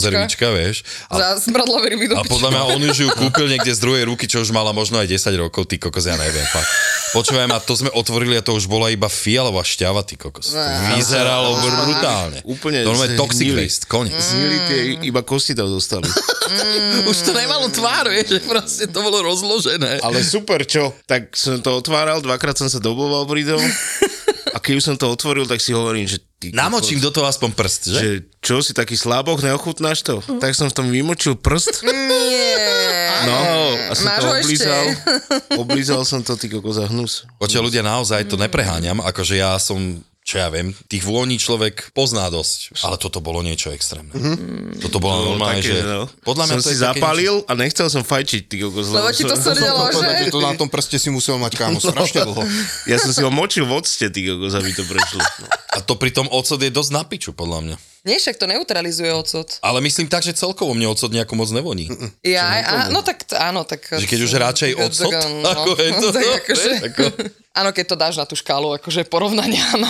Speaker 5: konzervička, vieš. A,
Speaker 6: Za smradlavé ryby do
Speaker 5: a
Speaker 6: piči.
Speaker 5: podľa mňa on už ju kúpil niekde z druhej ruky, čo už mala možno aj 10 rokov, ty kokos, ja neviem. Fakt. Počúvaj ma, to sme otvorili a to už bola iba fialová šťava, ty kokos. To Vyzeralo brutálne.
Speaker 7: Úplne
Speaker 5: Normálne
Speaker 7: z-
Speaker 5: toxic
Speaker 7: hnili.
Speaker 5: waste, koniec.
Speaker 6: Mm.
Speaker 7: Znili tie, iba kosti tam zostali.
Speaker 5: Už to nemalo tvár, vieš, že proste to bolo rozložené.
Speaker 7: Ale super, čo? Tak som to otváral, dvakrát som sa doboval bridou a keď už som to otvoril, tak si hovorím, že... Ty,
Speaker 5: Namočím do toho aspoň prst, že? že...
Speaker 7: že čo si taký slábok, neochutnáš to? Tak som v tom vymočil prst.
Speaker 6: Nie.
Speaker 7: No, a som
Speaker 6: Máš
Speaker 7: to
Speaker 6: ho
Speaker 7: oblízal.
Speaker 6: ešte?
Speaker 7: Oblízal som to, ty kokos, a hnus.
Speaker 5: Oče, ľudia, naozaj to nepreháňam, akože ja som čo ja viem, tých vôní človek pozná dosť, ale toto bolo niečo extrémne. Mm-hmm. Toto bolo
Speaker 7: No,
Speaker 5: normálne,
Speaker 7: také,
Speaker 5: že...
Speaker 7: no.
Speaker 5: Podľa mňa to
Speaker 7: som si
Speaker 5: je také
Speaker 7: zapálil a nechcel som fajčiť, ty kokos.
Speaker 6: Lebo ti to
Speaker 7: som,
Speaker 6: smrdelo, že?
Speaker 4: Že to na tom prste si musel mať kámo
Speaker 6: No.
Speaker 4: strašne dlho.
Speaker 7: Ja som si ho močil v octe, ty kokos, aby to prešlo. No.
Speaker 5: Niečo, a to pri tom ocot je dosť na piču, podľa mňa.
Speaker 6: Nie, však to neutralizuje ocot.
Speaker 5: Ale myslím tak, že celkovo mne ocot nejako moc nevoní.
Speaker 6: Ja, aj, á, no tak, t- áno, tak...
Speaker 5: Že keď už radšej ocot,
Speaker 6: No,
Speaker 5: ako je to,
Speaker 6: tak
Speaker 5: no,
Speaker 6: akože,
Speaker 5: vieš, ako-
Speaker 6: Áno, keď to dáš na tú škálu, akože porovnania, áno.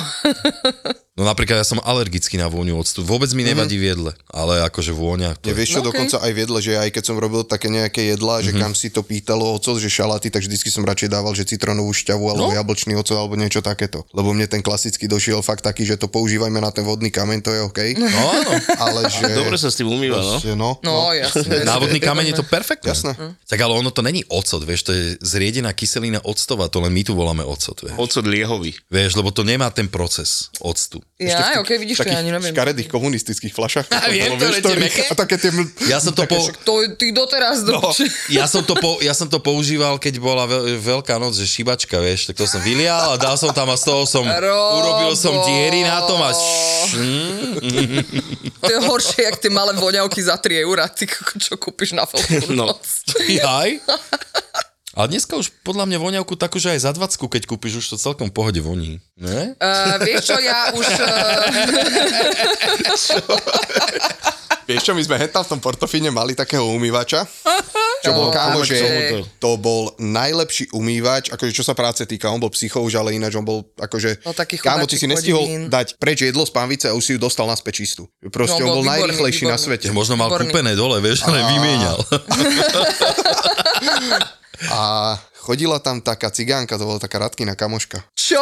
Speaker 5: No napríklad ja som alergický na vôňu octu. Vôbec mi nevadí v jedle, ale akože vôňa...
Speaker 4: Ja,
Speaker 5: To je...
Speaker 4: vieš čo, no,
Speaker 6: No, okej.
Speaker 4: dokonca aj viedle, že aj keď som robil také nejaké jedlá, že kam si to pýtalo oco, že šaláty, tak vždycky som radšej dával, že citronovú šťavu alebo
Speaker 5: No.
Speaker 4: jablčný oco alebo niečo takéto. Lebo mne ten klasický došiel fakt taký, že to používajme na ten vodný kameň, to je OK.
Speaker 5: No áno,
Speaker 4: Ale že...
Speaker 7: Dobre sa s tým umýval, no.
Speaker 4: proste, no.
Speaker 6: No, jasné.
Speaker 5: návodný kameň je to perfektné.
Speaker 4: Jasné.
Speaker 5: Tak ale ono to není ocot, vieš, to je zriedená kyselina octová, to len my tu voláme ocot, vieš.
Speaker 7: Ocot liehový.
Speaker 5: Vieš, lebo to nemá ten proces octu.
Speaker 6: Ja, aj, okej, vidíš, to ja ani neviem.
Speaker 4: škaredých komunistických flašách.
Speaker 5: A viem,
Speaker 4: Bolo, vieš,
Speaker 5: ktoré tie meké?
Speaker 4: A také tie... ml-
Speaker 5: Ja som to, po,
Speaker 6: To je- ty
Speaker 5: No.
Speaker 6: doteraz do piči.
Speaker 5: ja som to, po, ja som to používal, keď bola veľ, veľká noc, že šibačka, vieš, tak to som vylial a dal som tam a z toho som
Speaker 6: Robo.
Speaker 5: urobil som diery na tom a šš,
Speaker 6: To je horšie, jak tie malé voňavky za 3 eurá, ty koko, čo kúpiš na veľkú
Speaker 7: No.
Speaker 6: noc.
Speaker 5: jaj. A dneska už podľa mňa voňavku takú, že aj za 20, keď kúpiš, už to celkom v pohode voní. Ne?
Speaker 6: Uh, vieš čo, ja už... Uh,
Speaker 4: Vieš čo, my sme henta v tom portofíne mali takého umývača, čo bol kámo,
Speaker 7: K
Speaker 4: že
Speaker 7: tomuto.
Speaker 4: to bol najlepší umývač, akože čo sa práce týka, on bol psychouž, ale ináč on bol akože,
Speaker 6: No, taký
Speaker 4: kámo, ty
Speaker 6: chudáčik
Speaker 4: si nestihol
Speaker 6: chodivín.
Speaker 4: dať preč jedlo z pánvice a už si ju dostal naspäť čistú. Proste on
Speaker 6: No, bol
Speaker 4: bol
Speaker 6: výborný,
Speaker 4: najrychlejší na
Speaker 6: výborný.
Speaker 4: svete.
Speaker 5: Možno mal
Speaker 6: Výborný.
Speaker 5: kúpené dole, vieš, ale vymienial.
Speaker 4: A chodila tam taká cigánka, to bola taká Radkina kamoška.
Speaker 6: čo?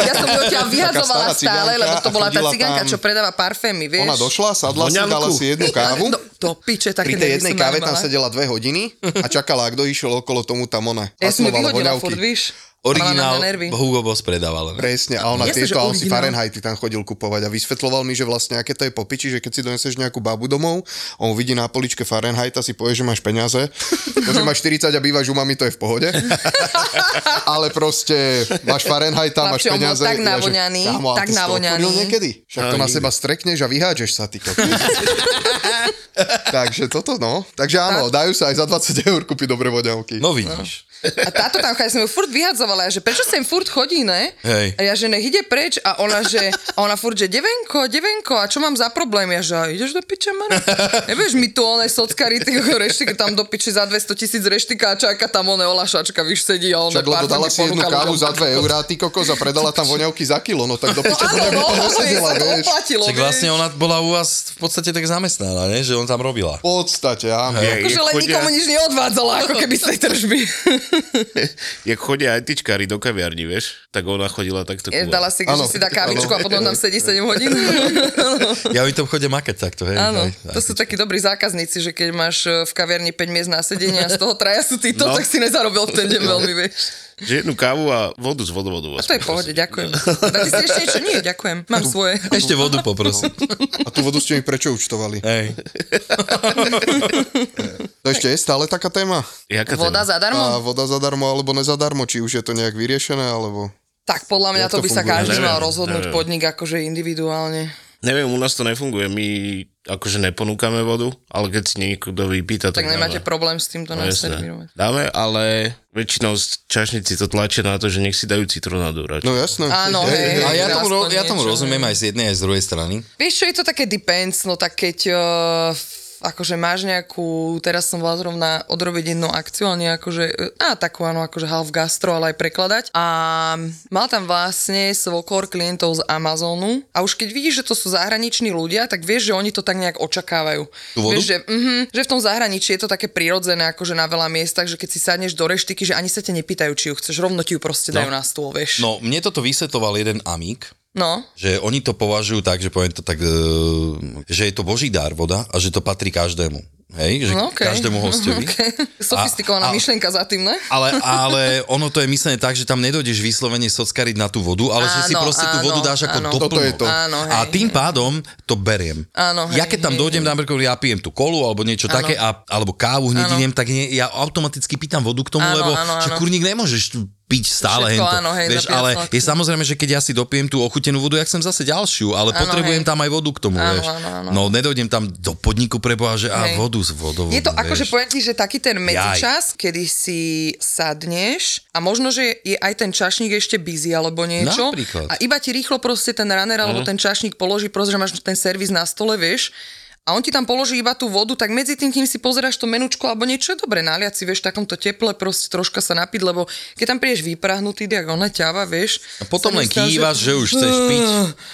Speaker 6: Ja som ju ťa vyhadzovala
Speaker 4: stará
Speaker 6: stále,
Speaker 4: cigánka
Speaker 6: lebo to
Speaker 4: a
Speaker 6: bola tá
Speaker 4: chodila
Speaker 6: cigánka,
Speaker 4: tam-
Speaker 6: čo predáva parfémy, vieš?
Speaker 4: Ona došla, sadla si,
Speaker 7: Voňavku.
Speaker 4: dala si jednu kávu.
Speaker 6: No, do piče, také
Speaker 4: Pri tej
Speaker 6: nervy
Speaker 4: jednej
Speaker 6: som ja
Speaker 4: káve tam
Speaker 6: nemala.
Speaker 4: sedela dve hodiny a čakala, a kto išiel okolo tomu tam ona.
Speaker 6: Ja som ju
Speaker 4: Haslovala
Speaker 6: vyhodila
Speaker 4: voňavky.
Speaker 6: furt, víš? Mala
Speaker 5: Originál
Speaker 6: na mňa nervy.
Speaker 5: Hugo Boss predával. ale-
Speaker 4: Presne, a ona
Speaker 6: Jasne, že
Speaker 4: tieto, a on si
Speaker 6: originál.
Speaker 4: Fahrenheity tam chodil kupovať a vysvetloval mi, že vlastne aké to je popiči, že keď si doneseš nejakú babu domov, on vidí na poličke Fahrenheita, si povie, že máš peniaze, to, že máš 40 a bývaš u mami, to je v pohode. Ale proste máš Fahrenheita, máš
Speaker 6: Chlapče, on bol
Speaker 4: peniaze. ja,
Speaker 6: tak
Speaker 4: že-
Speaker 6: navoňaný,
Speaker 4: Kámo, ale
Speaker 6: tak
Speaker 4: ty si to
Speaker 6: navoňaný.
Speaker 4: otvoril niekedy. Však to na seba strekneš a vyhádžeš sa, ty kokos. Takže toto no. Takže áno, dajú sa aj za 20 eur kúpiť dobre voňavky.
Speaker 5: No vidíš.
Speaker 6: A táto tam chodila, ja som ju furt vyhadzovala, ja, že prečo sem furt chodí, ne?
Speaker 5: Hej.
Speaker 6: A ja, že nech ide preč a ona, že, a ona furt, že devenko, devenko, a čo mám za problém? Ja, že a ideš do piče, man? Nevieš mi tu one sockary, ty reštiky tam do piče za 200 tisíc reštika a čaká tam one olašačka, víš, sedí a ona
Speaker 4: Však lebo
Speaker 6: parfémy
Speaker 4: dala si jednu
Speaker 6: ponúka
Speaker 4: kávu
Speaker 6: ľuďom. No,
Speaker 4: za 2 eurá, ty kokos, a predala tam voňavky za kilo, no tak do piče podľa mňa
Speaker 6: Áno, no,
Speaker 4: to
Speaker 6: to je,
Speaker 4: nesedela,
Speaker 6: sa to
Speaker 4: vieš.
Speaker 6: oplatilo,
Speaker 5: Čak
Speaker 6: vieš.
Speaker 5: vlastne ona bola u vás v podstate tak zamestnaná, ne? že on tam robila.
Speaker 4: V podstate, áno.
Speaker 6: Akože len nikomu nič neodvádzala, ako keby z tej tržby.
Speaker 7: jak chodia aj tyčkári do kaviarni, vieš, tak ona chodila takto
Speaker 6: Ja,
Speaker 7: kúvať.
Speaker 6: Dala si, že
Speaker 4: Áno.
Speaker 6: si dá kávičku a potom tam sedí 7 hodín.
Speaker 5: Ja by tam chode makať takto, hej.
Speaker 6: Áno,
Speaker 5: hej,
Speaker 6: to sú takí dobrí zákazníci, že keď máš e, v kaviarni 5 miest na sedenie a z toho traja sú títo,
Speaker 7: No.
Speaker 6: tak si nezarobil v ten deň veľmi, vieš.
Speaker 7: Že jednu kávu a vodu z vodovodu.
Speaker 6: A
Speaker 7: vlastne.
Speaker 6: to je v pohode, ďakujem. Dá ty si ešte niečo? Nie, ďakujem, mám svoje.
Speaker 5: Ešte vodu poprosím.
Speaker 4: A tú vodu ste mi prečo účtovali?
Speaker 5: Hej.
Speaker 4: To ešte je stále taká téma?
Speaker 7: Jaká
Speaker 6: Voda
Speaker 7: téma?
Speaker 4: A
Speaker 6: zadarmo?
Speaker 4: voda zadarmo alebo nezadarmo, či už je to nejak vyriešené, alebo...
Speaker 6: Tak podľa mňa
Speaker 4: Jak
Speaker 6: to
Speaker 4: to
Speaker 6: by sa
Speaker 4: funguje?
Speaker 6: každý mal
Speaker 7: Neviem,
Speaker 6: rozhodnúť
Speaker 7: neviem.
Speaker 6: podnik akože individuálne.
Speaker 7: Neviem, u nás to nefunguje. My akože neponúkame vodu, ale keď si niekto vypýta, tak,
Speaker 6: Tak nemáte
Speaker 7: dáme.
Speaker 6: problém s týmto
Speaker 7: No, jasné.
Speaker 6: naservírovať.
Speaker 7: Dáme, ale väčšinou s- čašníci to tlačia na to, že nech si dajú citronádu radšej.
Speaker 4: No jasné.
Speaker 6: Áno, hej.
Speaker 5: A ja tomu, ro-
Speaker 6: Aspoň
Speaker 5: ja tomu
Speaker 6: niečo,
Speaker 5: rozumiem aj z jednej, aj z druhej strany.
Speaker 6: Vieš čo, je to také depends, no tak keď uh, akože máš nejakú, teraz som bola zrovna odrobiť jednu akciu, ale akože, a takú áno, akože half gastro, ale aj prekladať. A mal tam vlastne svokor klientov z Amazonu a už keď vidíš, že to sú zahraniční ľudia, tak vieš, že oni to tak nejak očakávajú.
Speaker 5: Tú vodu?
Speaker 6: Vieš, že, mm-hmm, že v tom zahraničí je to také prirodzené, akože na veľa miestach, že keď si sadneš do reštiky, že ani sa ťa nepýtajú, či ju chceš, rovno ti ju proste dajú na stôl, vieš.
Speaker 5: No, mne toto vysvetoval jeden amík,
Speaker 6: no.
Speaker 5: že oni to považujú tak, že poviem to tak, e, že je to boží dár voda a že to patrí každému. Hej, že no,
Speaker 6: No,
Speaker 5: okay.
Speaker 6: okej.
Speaker 5: každému hostovi.
Speaker 6: Okay. Sofistikovaná
Speaker 5: a-
Speaker 6: myšlienka za tým, ne?
Speaker 5: Ale, ale ono to je myslené tak, že tam nedojdeš vyslovene sockariť na tú vodu, ale že si
Speaker 6: Áno,
Speaker 5: proste tú vodu
Speaker 6: áno,
Speaker 5: dáš ako
Speaker 6: áno.
Speaker 5: doplnok.
Speaker 4: Toto je to.
Speaker 6: Áno, hej,
Speaker 5: a tým pádom to beriem.
Speaker 6: Áno, hej,
Speaker 5: ja keď tam
Speaker 6: hej,
Speaker 5: dojdem, napríklad ja pijem tú kolu alebo niečo také, a, alebo kávu hneď
Speaker 6: Áno.
Speaker 5: idem, tak nie, ja automaticky pýtam vodu k tomu,
Speaker 6: Áno,
Speaker 5: lebo
Speaker 6: áno,
Speaker 5: že
Speaker 6: áno.
Speaker 5: kurník nemôžeš tu piť stále
Speaker 6: Všetko
Speaker 5: hento.
Speaker 6: áno, hej,
Speaker 5: vieš,
Speaker 6: napíjať
Speaker 5: ale
Speaker 6: sladké.
Speaker 5: je samozrejme, že keď ja si dopijem tú ochutenú vodu, ja chcem zase ďalšiu, ale
Speaker 6: Áno,
Speaker 5: potrebujem
Speaker 6: hej.
Speaker 5: tam aj vodu k tomu,
Speaker 6: Áno,
Speaker 5: vieš.
Speaker 6: áno, áno.
Speaker 5: No nedojdem tam do podniku preboha, že a
Speaker 6: Hej.
Speaker 5: vodu s vodou.
Speaker 6: Je to
Speaker 5: vieš.
Speaker 6: akože poviem ti, že taký ten medzičas, kedy si sadneš a možno, že je aj ten čašník ešte busy alebo niečo.
Speaker 5: Napríklad. Mhm.
Speaker 6: A iba ti rýchlo proste ten runner alebo ten čašník položí, proste, že máš ten servis na stole, vieš. A on ti tam položí iba tú vodu, tak medzi tým, kým si pozeráš to menučko alebo niečo je dobre naliať si, vieš, v takomto teple proste troška sa napiť, lebo keď tam prídeš vyprahnutý, tak ona ťava, vieš.
Speaker 5: A potom
Speaker 6: sa
Speaker 5: len
Speaker 6: nestáva,
Speaker 5: kývaš, že už chceš piť.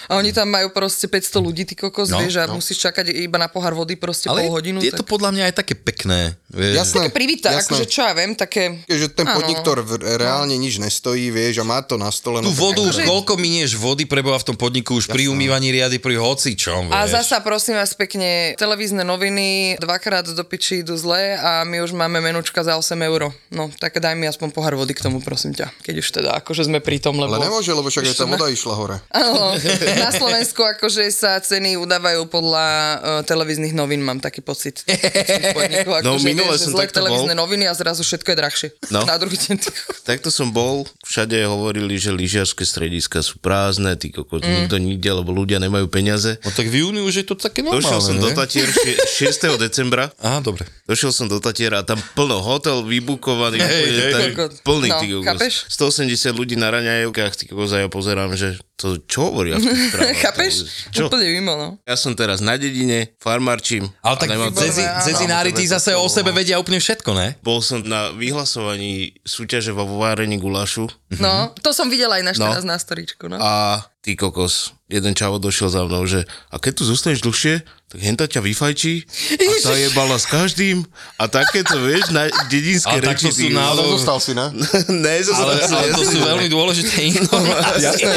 Speaker 6: A oni tam majú proste 500 ľudí, ty kokos,
Speaker 5: No,
Speaker 6: vieš, a musíš čakať iba na pohár vody proste
Speaker 5: ale
Speaker 6: pol hodinu.
Speaker 5: je to podľa mňa aj také pekné. Vieš,
Speaker 4: Jasné,
Speaker 6: privíta,
Speaker 4: jasné.
Speaker 6: akože čo ja viem, také...
Speaker 4: Že ten
Speaker 6: Áno. No.
Speaker 4: podnik, ktorý v- reálne nič nestojí, vieš, a má to na stole.
Speaker 5: tú
Speaker 4: tak
Speaker 5: vodu,
Speaker 4: akože-
Speaker 5: koľko minieš vody preboha v tom podniku už pri umývaní riady, pri hocičom,
Speaker 6: A
Speaker 5: vieš.
Speaker 6: zasa prosím vás pekne, televízne noviny dvakrát do piči idú zle a my už máme menučka za 8 euro. No, tak daj mi aspoň pohár vody k tomu, prosím ťa. Keď už teda, akože sme pri tom, lebo...
Speaker 4: Ale nemôže, lebo však aj tá voda išla hore.
Speaker 6: Áno, na Slovensku akože sa ceny udávajú podľa uh, televíznych novín, mám taký pocit. Podnikov,
Speaker 7: No,
Speaker 6: akože,
Speaker 7: minule
Speaker 6: vieš, že
Speaker 7: som
Speaker 6: zlé
Speaker 7: takto bol.
Speaker 6: televízne noviny a zrazu všetko je drahšie.
Speaker 7: No.
Speaker 6: Na druhý deň. ty-
Speaker 7: Takto som bol, všade hovorili, že lyžiarske strediska sú prázdne, ty kokot, mm. nikto nikde, lebo ľudia nemajú peniaze.
Speaker 5: No tak v júni už je to také normálne,
Speaker 7: Došiel som
Speaker 5: nie?
Speaker 7: do Tatier šie- 6. decembra,
Speaker 5: Aha, dobre.
Speaker 7: došiel som do Tatiera a tam plno hotel vybukovaný,
Speaker 5: Hej,
Speaker 7: úplne
Speaker 5: hej.
Speaker 7: tam
Speaker 6: Kokot.
Speaker 7: plný,
Speaker 6: No,
Speaker 7: ty kokos.
Speaker 6: chápeš?
Speaker 7: 180 ľudí na raňajovkách, ty kokos, a ja pozerám, že to čo hovoria v tých správach?
Speaker 6: Chápeš?
Speaker 7: Čo?
Speaker 6: Úplne mimo, no.
Speaker 7: Ja som teraz na dedine, farmarčím.
Speaker 5: Ale
Speaker 7: a
Speaker 5: tak
Speaker 7: nemám-
Speaker 5: dzezi,
Speaker 6: áno.
Speaker 5: dzezinári, tí zase o sebe vedia úplne všetko, ne?
Speaker 7: Bol som na vyhlasovaní súťaže vo várení gulašu
Speaker 6: No, to som videla aj na 14
Speaker 7: Mhm. No.
Speaker 6: na storičku, no.
Speaker 7: a ty kokos, jeden čavo došiel za mnou, že a keď tu zostaneš dlhšie, tak henta ťa vyfajčí a tá je bala s každým a takéto, vieš, na dedinské
Speaker 5: Ale tak
Speaker 7: reči.
Speaker 5: to sú
Speaker 7: ty-
Speaker 5: nálo-
Speaker 4: Ale dostal si, ne?
Speaker 7: ne, to
Speaker 5: Ale,
Speaker 7: sú-
Speaker 5: ale to sú veľmi dôležité informácie.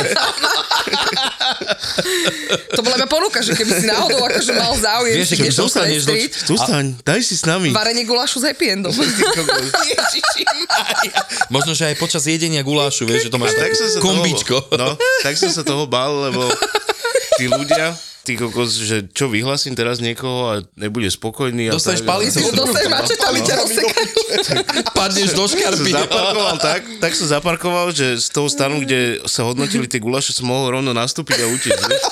Speaker 6: To bola iba ponuka, že keby si náhodou akože mal záujem,
Speaker 5: Vieš, že keď
Speaker 6: ideš do
Speaker 5: dostaneš
Speaker 6: Side
Speaker 5: do-
Speaker 6: Street,
Speaker 7: Zostaň, daj si s nami.
Speaker 6: varenie gulašu s happy endom. Ježiši Maria.
Speaker 5: Možno, že aj počas jedenia gulášu, vieš, že to máš
Speaker 7: tak
Speaker 5: tak
Speaker 7: som sa
Speaker 5: kombičko.
Speaker 7: Toho, no, tak som sa toho bál, lebo tí ľudia, tí kokos, že čo vyhlasím teraz niekoho a nebude spokojný. a
Speaker 5: Dostaneš
Speaker 7: tak,
Speaker 5: palicu.
Speaker 7: Ja som-
Speaker 6: Dostaneš mačetami ťa rozsekajú.
Speaker 5: Padneš do
Speaker 7: som
Speaker 5: škarpy.
Speaker 7: zaparkoval tak, tak som zaparkoval, že z toho stanu, kde sa hodnotili tie gulaše, som mohol rovno nastúpiť a utiecť. vieš.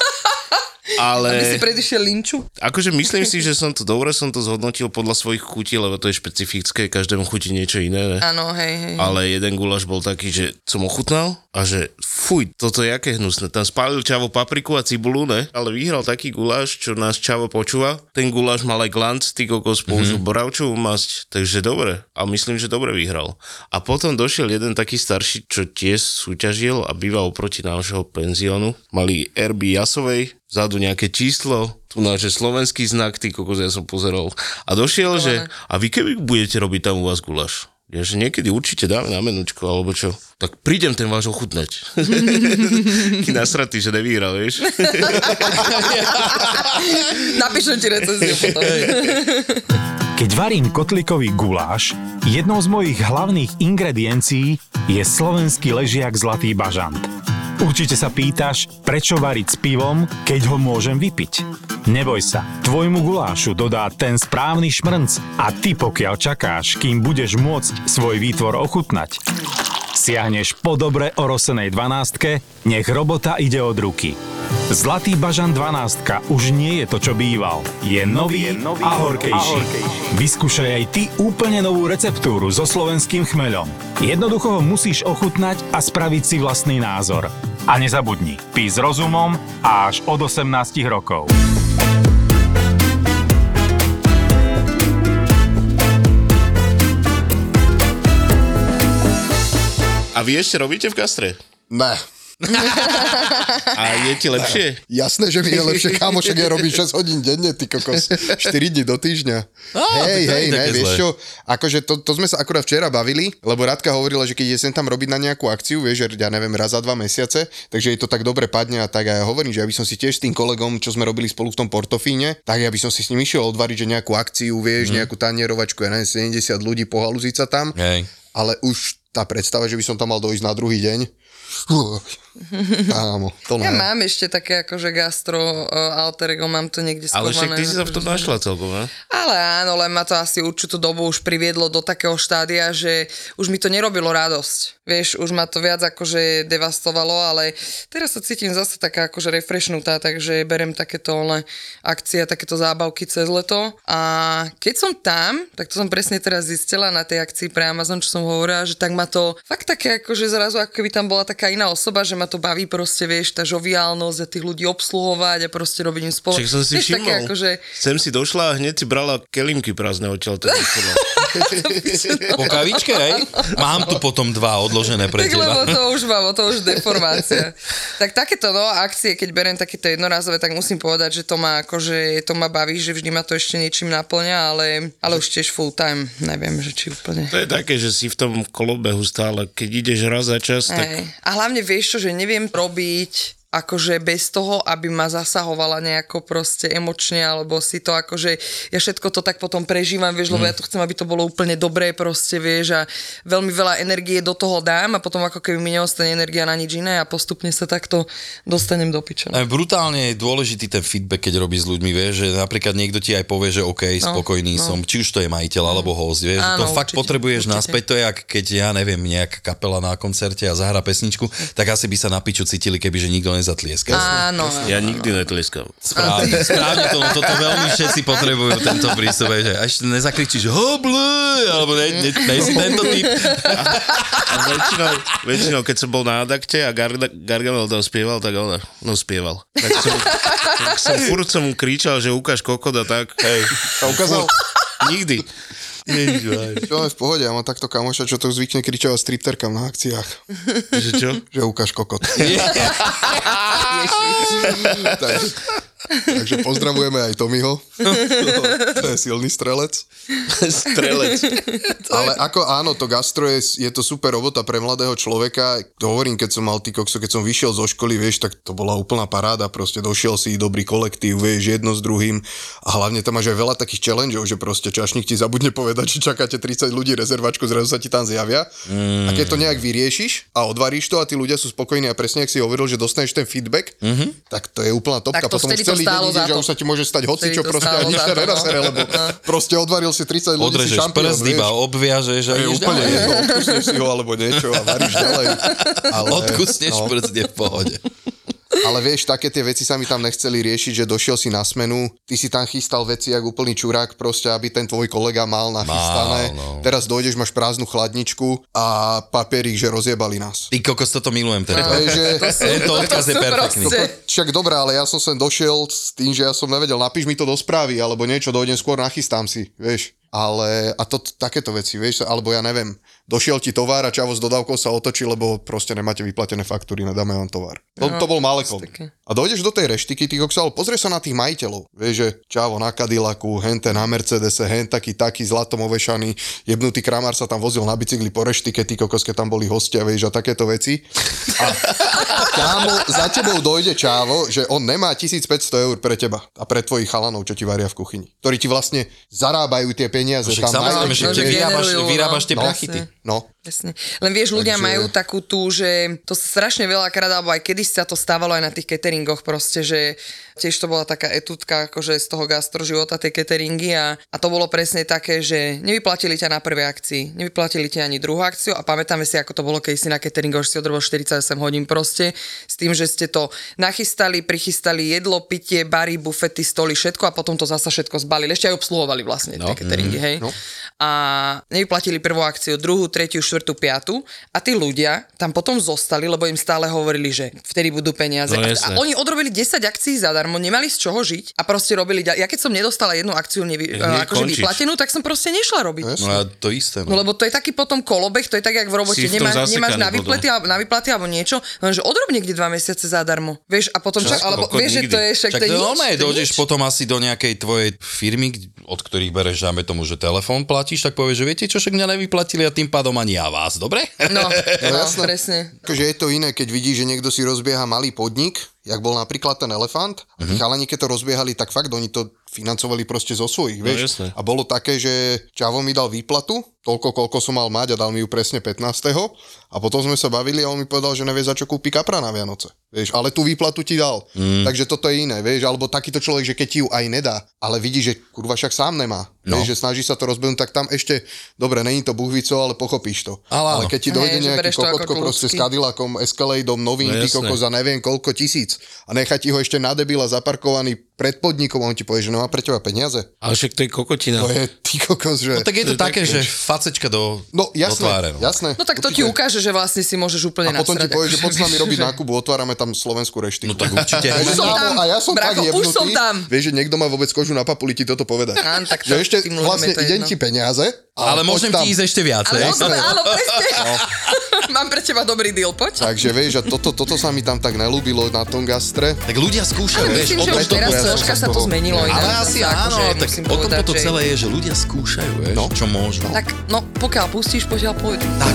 Speaker 7: Ale
Speaker 6: Aby si predišiel linču.
Speaker 7: akože myslím si, že som to dobre som to zhodnotil podľa svojich chutí, lebo to je špecifické, každému chutí niečo iné. Ne?
Speaker 6: Áno, hej, hej.
Speaker 7: Ale jeden gulaš bol taký, že som ochutnal a že fuj, toto je aké hnusné. Tam spálil Čavo papriku a cibulu, ne? Ale vyhral taký guláš, čo nás Čavo počúva. Ten guláš mal aj glanc, ty kokos použil mm-hmm. boravčovú masť, takže dobre. A myslím, že dobre vyhral. A potom došiel jeden taký starší, čo tiež súťažil a býva oproti nášho penziónu. Mali RB Jasovej, vzadu nejaké číslo, tu náš slovenský znak, ty kokos, ja som pozeral. A došiel, že a vy keby budete robiť tam u vás guláš? Ja, že niekedy určite dáme na menučko, alebo čo. Tak prídem ten váš ochutnať. Taký nasratý, že nevyhral, vieš.
Speaker 6: Napíšem ti recenziu potom.
Speaker 8: Keď varím kotlikový guláš, jednou z mojich hlavných ingrediencií je slovenský ležiak Zlatý bažant. Určite sa pýtaš, prečo variť s pivom, keď ho môžem vypiť. Neboj sa, tvojmu gulášu dodá ten správny šmrnc a ty pokiaľ čakáš, kým budeš môcť svoj výtvor ochutnať, siahneš po dobre orosenej 12, nech robota ide od ruky. Zlatý bažan 12 už nie je to, čo býval. Je nový, je nový a horkejší. A horkejší. Vyskúšaj aj ty úplne novú receptúru so slovenským chmeľom. Jednoducho ho musíš ochutnať a spraviť si vlastný názor. A nezabudni, pí s rozumom a až od 18 rokov.
Speaker 7: A vy ešte robíte v kastre?
Speaker 4: Ne.
Speaker 7: A je ti lepšie?
Speaker 4: Jasné, že mi je lepšie, kámo, však ja robím 6 hodín denne, ty kokos. 4 dní do týždňa. hej,
Speaker 5: to nie
Speaker 4: hej,
Speaker 5: je
Speaker 4: ne,
Speaker 5: také
Speaker 4: vieš
Speaker 5: zlé.
Speaker 4: čo, akože to, to, sme sa akurát včera bavili, lebo Radka hovorila, že keď je sem tam robiť na nejakú akciu, vieš, že ja neviem, raz za dva mesiace, takže jej to tak dobre padne a tak a ja hovorím, že ja by som si tiež s tým kolegom, čo sme robili spolu v tom portofíne, tak ja by som si s ním išiel odvariť, že nejakú akciu, vieš,
Speaker 5: Mhm.
Speaker 4: nejakú tanierovačku, ja neviem, 70 ľudí pohalúziť sa tam.
Speaker 5: Hej.
Speaker 4: Ale už tá predstava, že by som tam mal dojsť na druhý deň, Fú, kámo, to ne.
Speaker 6: Ja mám ešte také akože gastro uh, alter ego, mám to niekde
Speaker 7: Ale však
Speaker 6: schované.
Speaker 7: ty si sa v tom našla celkom, ne?
Speaker 6: Ale áno, len ma to asi určitú dobu už priviedlo do takého štádia, že už mi to nerobilo radosť. Vieš, už ma to viac akože devastovalo, ale teraz sa cítim zase taká akože refreshnutá, takže berem takéto le, akcie, takéto zábavky cez leto. A keď som tam, tak to som presne teraz zistila na tej akcii pre Amazon, čo som hovorila, že tak ma to fakt také akože zrazu, ako keby tam bola taká iná osoba, že ma to baví proste, vieš, tá žoviálnosť a tých ľudí obsluhovať a proste robiť im spolu.
Speaker 7: Však som si
Speaker 6: vieš, také
Speaker 7: všimol.
Speaker 6: akože,
Speaker 7: Sem si došla a hneď si brala kelimky prázdne odtiaľ. Teda odtiaľ.
Speaker 5: Po kavičke, hej? Mám tu potom dva odložené pre
Speaker 6: tak lebo
Speaker 5: teba.
Speaker 6: to už mám, to už deformácia. tak takéto no, akcie, keď beriem takéto jednorázové, tak musím povedať, že to ma akože, to ma baví, že vždy ma to ešte niečím naplňa, ale, ale už tiež full time, neviem, že či úplne.
Speaker 7: To je také, že si v tom kolobehu stále. Keď ideš raz za čas, tak...
Speaker 6: Hej. A hlavne vieš čo, že neviem robiť akože bez toho, aby ma zasahovala nejako proste emočne, alebo si to akože, ja všetko to tak potom prežívam, vieš, lebo ja to chcem, aby to bolo úplne dobré proste, vieš, a veľmi veľa energie do toho dám a potom ako keby mi neostane energia na nič iné a postupne sa takto dostanem do piče. no.
Speaker 5: Aj brutálne je dôležitý ten feedback, keď robíš s ľuďmi, vieš, že napríklad niekto ti aj povie, že OK,
Speaker 6: No,
Speaker 5: spokojný
Speaker 6: no.
Speaker 5: som, či už to je majiteľ alebo host, vieš, že to
Speaker 6: Áno,
Speaker 5: fakt
Speaker 6: určite,
Speaker 5: potrebuješ
Speaker 6: určite.
Speaker 5: naspäť, to je jak keď, ja neviem, nejaká kapela na koncerte a zahra pesničku, tak asi by sa na piču cítili, keby že nikto nezatlieskal.
Speaker 6: Áno.
Speaker 7: Ja nikdy netlieskam.
Speaker 5: Správne, správne to, no toto veľmi všetci potrebujú tento prístup, hej, že až nezakričíš hoble, alebo ne, ne, ne, si tento typ.
Speaker 7: A väčšinou, väčšinou, keď som bol na adakte a Garda, Gargamel tam spieval, tak ona, no spieval. Tak som, tak som furt som mu kričal, že ukáž kokoda, tak. Hej.
Speaker 4: A ukázal,
Speaker 7: Nikdy.
Speaker 4: Čo je v pohode, ja mám takto kamoša, čo to zvykne kričovať stripterkám na akciách,
Speaker 7: Že čo?
Speaker 4: že ukáž kokot. takže, takže pozdravujeme aj Tomiho, to je silný strelec.
Speaker 7: Strelec.
Speaker 4: Ale ako áno, to gastro je, je to super robota pre mladého človeka. To hovorím, keď som mal ty kokso, keď som vyšiel zo školy, vieš, tak to bola úplná paráda, proste došiel si dobrý kolektív, vieš, jedno s druhým a hlavne tam máš aj veľa takých challengeov, že proste čašník ti zabudne povedať, že čakáte 30 ľudí rezervačku, zrazu sa ti tam zjavia. Mm. A keď to nejak vyriešiš a odvaríš to a tí ľudia sú spokojní a presne, ak si hovoril, že dostaneš ten feedback, mm-hmm. tak to je úplná topka.
Speaker 6: Mhm. Tak to
Speaker 4: Potom už
Speaker 6: vtedy to
Speaker 4: celý deň
Speaker 6: stálo za
Speaker 4: ideš a
Speaker 6: to.
Speaker 4: už sa ti môže stať hoci, čo
Speaker 6: Vtedy to
Speaker 4: proste
Speaker 6: stálo
Speaker 4: ani
Speaker 6: za
Speaker 4: sa
Speaker 6: to, no.
Speaker 4: nenasere, lebo proste odvaril si 30 ľudí, si
Speaker 5: Odrežeš
Speaker 4: šampión,
Speaker 5: prst, iba
Speaker 4: vieš.
Speaker 5: obviažeš a
Speaker 4: To je
Speaker 5: ideš
Speaker 4: úplne
Speaker 5: ďalej.
Speaker 4: jedno, odkusneš si ho alebo niečo a varíš ďalej. Ale,
Speaker 5: Odkusneš no. prst, je v pohode.
Speaker 4: ale vieš, také tie veci sa mi tam nechceli riešiť, že došiel si na smenu, ty si tam chystal veci jak úplný čurák, proste aby ten tvoj kolega mal nachystané.
Speaker 5: Mal, no.
Speaker 4: Teraz dojdeš, máš prázdnu chladničku a papierik, že rozjebali nás.
Speaker 5: Ty kokos, toto milujem, teda. tento.
Speaker 4: Vieš, že...
Speaker 5: Tento odkaz je
Speaker 6: E, sú
Speaker 5: perfektný.
Speaker 6: proste-
Speaker 4: Však dobré, ale ja som sem došiel s tým, že ja som nevedel, napíš mi to do správy, alebo niečo, dojdem skôr, nachystám si, vieš. Ale, a to, takéto veci, vieš, alebo ja neviem, došiel ti tovar a čavo s dodávkou sa otočí, lebo proste nemáte vyplatené faktúry, nedáme vám tovar. To, to bol Malekom. A dojdeš do tej reštiky, ty kokso, ale pozrieš sa na tých majiteľov. Vieš, že čavo na Cadillacu, hente na Mercedese, hen taký, taký, zlatom ovešaný, jebnutý kramár sa tam vozil na bicykli po reštike, ty kokos, keď tam boli hostia, vieš, a takéto veci. Kámo, za tebou dojde čávo, že on nemá 1500 eur pre teba a pre tvojich chalanov, čo ti varia v kuchyni. Ktorí ti vlastne zarábajú tie peniaze.
Speaker 5: Však samozrejme,
Speaker 4: najlepšie,
Speaker 5: že
Speaker 6: no, že
Speaker 5: že
Speaker 4: vieš.
Speaker 5: vyrábaš,
Speaker 6: generujú, no.
Speaker 5: vyrábaš tie
Speaker 4: No.
Speaker 5: prachy, ty.
Speaker 4: No,
Speaker 6: Presne. Len vieš, ľudia
Speaker 4: Takže-
Speaker 6: Takže... majú takú tú, že to sa strašne veľakrát, alebo aj kedy sa to stávalo aj na tých cateringoch proste, že tiež to bola taká etutka akože z toho gastro života, tie cateringy a, a to bolo presne také, že nevyplatili ťa na prvej akcii, nevyplatili ti ani druhú akciu a pamätáme si, ako to bolo, keď si na cateringoch že si odrobil 48 hodín proste s tým, že ste to nachystali, prichystali jedlo, pitie, bary, bufety, stoly, všetko a potom to zasa všetko zbalili. Ešte aj obsluhovali vlastne no. tie
Speaker 7: Mhm.
Speaker 6: cateringy, hej. No. A nevyplatili prvú akciu, druhú, tretiu, štvrtú, piatu a tí ľudia tam potom zostali, lebo im stále hovorili, že vtedy budú peniaze.
Speaker 7: No,
Speaker 6: A-
Speaker 7: jasné.
Speaker 6: a oni odrobili 10 akcií zadarmo zadarmo, nemali z čoho žiť a proste robili. ďal- Ja keď som nedostala jednu akciu nevy,
Speaker 7: Nie,
Speaker 6: akože
Speaker 7: končíš.
Speaker 6: vyplatenú, tak som proste nešla robiť.
Speaker 5: No a to isté. No.
Speaker 6: No lebo to je taký potom kolobeh, to je tak, jak v robote,
Speaker 7: Si v tom
Speaker 6: Nemá, nemáš
Speaker 7: zasekaný
Speaker 6: na vyplaty, alebo, na vyplaty alebo niečo, lenže odrob niekde dva mesiace zadarmo. Vieš, a potom čak, alebo
Speaker 7: Kokot,
Speaker 6: vieš, že
Speaker 7: nikdy.
Speaker 6: to je však
Speaker 5: Však
Speaker 6: to je nič,
Speaker 5: normálne
Speaker 6: to je
Speaker 5: dojdeš
Speaker 6: nič.
Speaker 5: potom asi do nejakej tvojej firmy, kde- od ktorých bereš, dáme tomu, že telefón platíš, tak povieš, že viete čo, však mňa nevyplatili a tým pádom ani ja vás, dobre?
Speaker 6: No, no,
Speaker 4: jasné.
Speaker 6: presne.
Speaker 4: Akože je to iné, keď vidíš, že niekto si rozbieha malý podnik, jak bol napríklad ten elefant, a tí chalani, keď to rozbiehali, tak fakt oni to financovali proste zo svojich, vieš.
Speaker 7: jasné.
Speaker 4: a bolo také, že Čavo mi dal výplatu, toľko, koľko som mal mať a dal mi ju presne 15. A potom sme sa bavili a on mi povedal, že nevie, za čo kúpi kapra na Vianoce. Vieš, ale tú výplatu ti dal. Takže toto je iné, vieš, alebo takýto človek, že keď ti ju aj nedá, ale vidí, že kurva však sám nemá. No. Vieš, že snaží sa to rozbehnúť, tak tam ešte, dobre, není to buhvico, ale pochopíš to.
Speaker 5: Ale
Speaker 4: ale
Speaker 5: áno.
Speaker 4: keď ti dojde
Speaker 6: Hej, že
Speaker 4: nejaký
Speaker 6: bereš to ako
Speaker 4: kokotko proste s
Speaker 6: ľudský.
Speaker 4: Cadillakom, Escaladeom, novým,
Speaker 7: No
Speaker 4: no, ty
Speaker 7: jasné.
Speaker 4: kokos za neviem koľko tisíc a nechá ti ho ešte na debila zaparkovaný pred podnikom a on ti povie, že nemá pre teba peniaze.
Speaker 7: Ale však to je kokotina.
Speaker 4: To je ty kokos, že...
Speaker 5: No tak je to také, že facečka do,
Speaker 4: No jasné,
Speaker 5: do tváre.
Speaker 4: jasné.
Speaker 6: No tak to ti
Speaker 4: určite.
Speaker 6: ukáže, že vlastne si môžeš úplne
Speaker 4: A potom ti
Speaker 6: nasrať,
Speaker 4: povie, že
Speaker 6: akože,
Speaker 4: poď s nami
Speaker 6: vieš,
Speaker 4: robiť
Speaker 6: že-
Speaker 4: nákup, otvárame tam slovenskú reštiku.
Speaker 5: No tak určite.
Speaker 4: A ja
Speaker 6: Už som
Speaker 4: kámo,
Speaker 6: tam,
Speaker 4: a ja som tak
Speaker 6: Bracho, už
Speaker 4: jebnutý,
Speaker 6: som tam.
Speaker 4: vieš, že niekto má vôbec kožu na papuli ti toto povedať.
Speaker 6: Áno, tak
Speaker 4: že
Speaker 6: to-
Speaker 4: ešte
Speaker 6: tým ľuďom je
Speaker 4: vlastne
Speaker 6: to
Speaker 4: idem
Speaker 6: jedno.
Speaker 4: ti peniaze,
Speaker 5: Ale
Speaker 4: poď
Speaker 5: môžem
Speaker 4: tam.
Speaker 5: ti ísť ešte viacej.
Speaker 6: Ale môžeme, áno, presne.
Speaker 4: No.
Speaker 6: Mám pre teba dobrý deal, poď.
Speaker 4: Takže vieš, a toto, toto sa mi tam tak nelúbilo na tom gastre.
Speaker 5: Tak ľudia skúšajú, vieš,
Speaker 6: Myslím,
Speaker 5: o
Speaker 6: že
Speaker 5: tom
Speaker 6: už
Speaker 5: to
Speaker 6: teraz
Speaker 4: ja som
Speaker 6: troška
Speaker 4: z
Speaker 6: sa to
Speaker 4: toho-
Speaker 6: zmenilo. inak
Speaker 5: Ale
Speaker 6: zase,
Speaker 5: asi
Speaker 6: akože
Speaker 5: áno, tak
Speaker 6: musím
Speaker 5: o tom
Speaker 6: povedať,
Speaker 5: to
Speaker 6: že-
Speaker 5: celé je, že ľudia skúšajú, vieš,
Speaker 4: No.
Speaker 5: čo môžu.
Speaker 6: Tak, no, pokiaľ pustíš, pokiaľ pôjde.
Speaker 5: tak.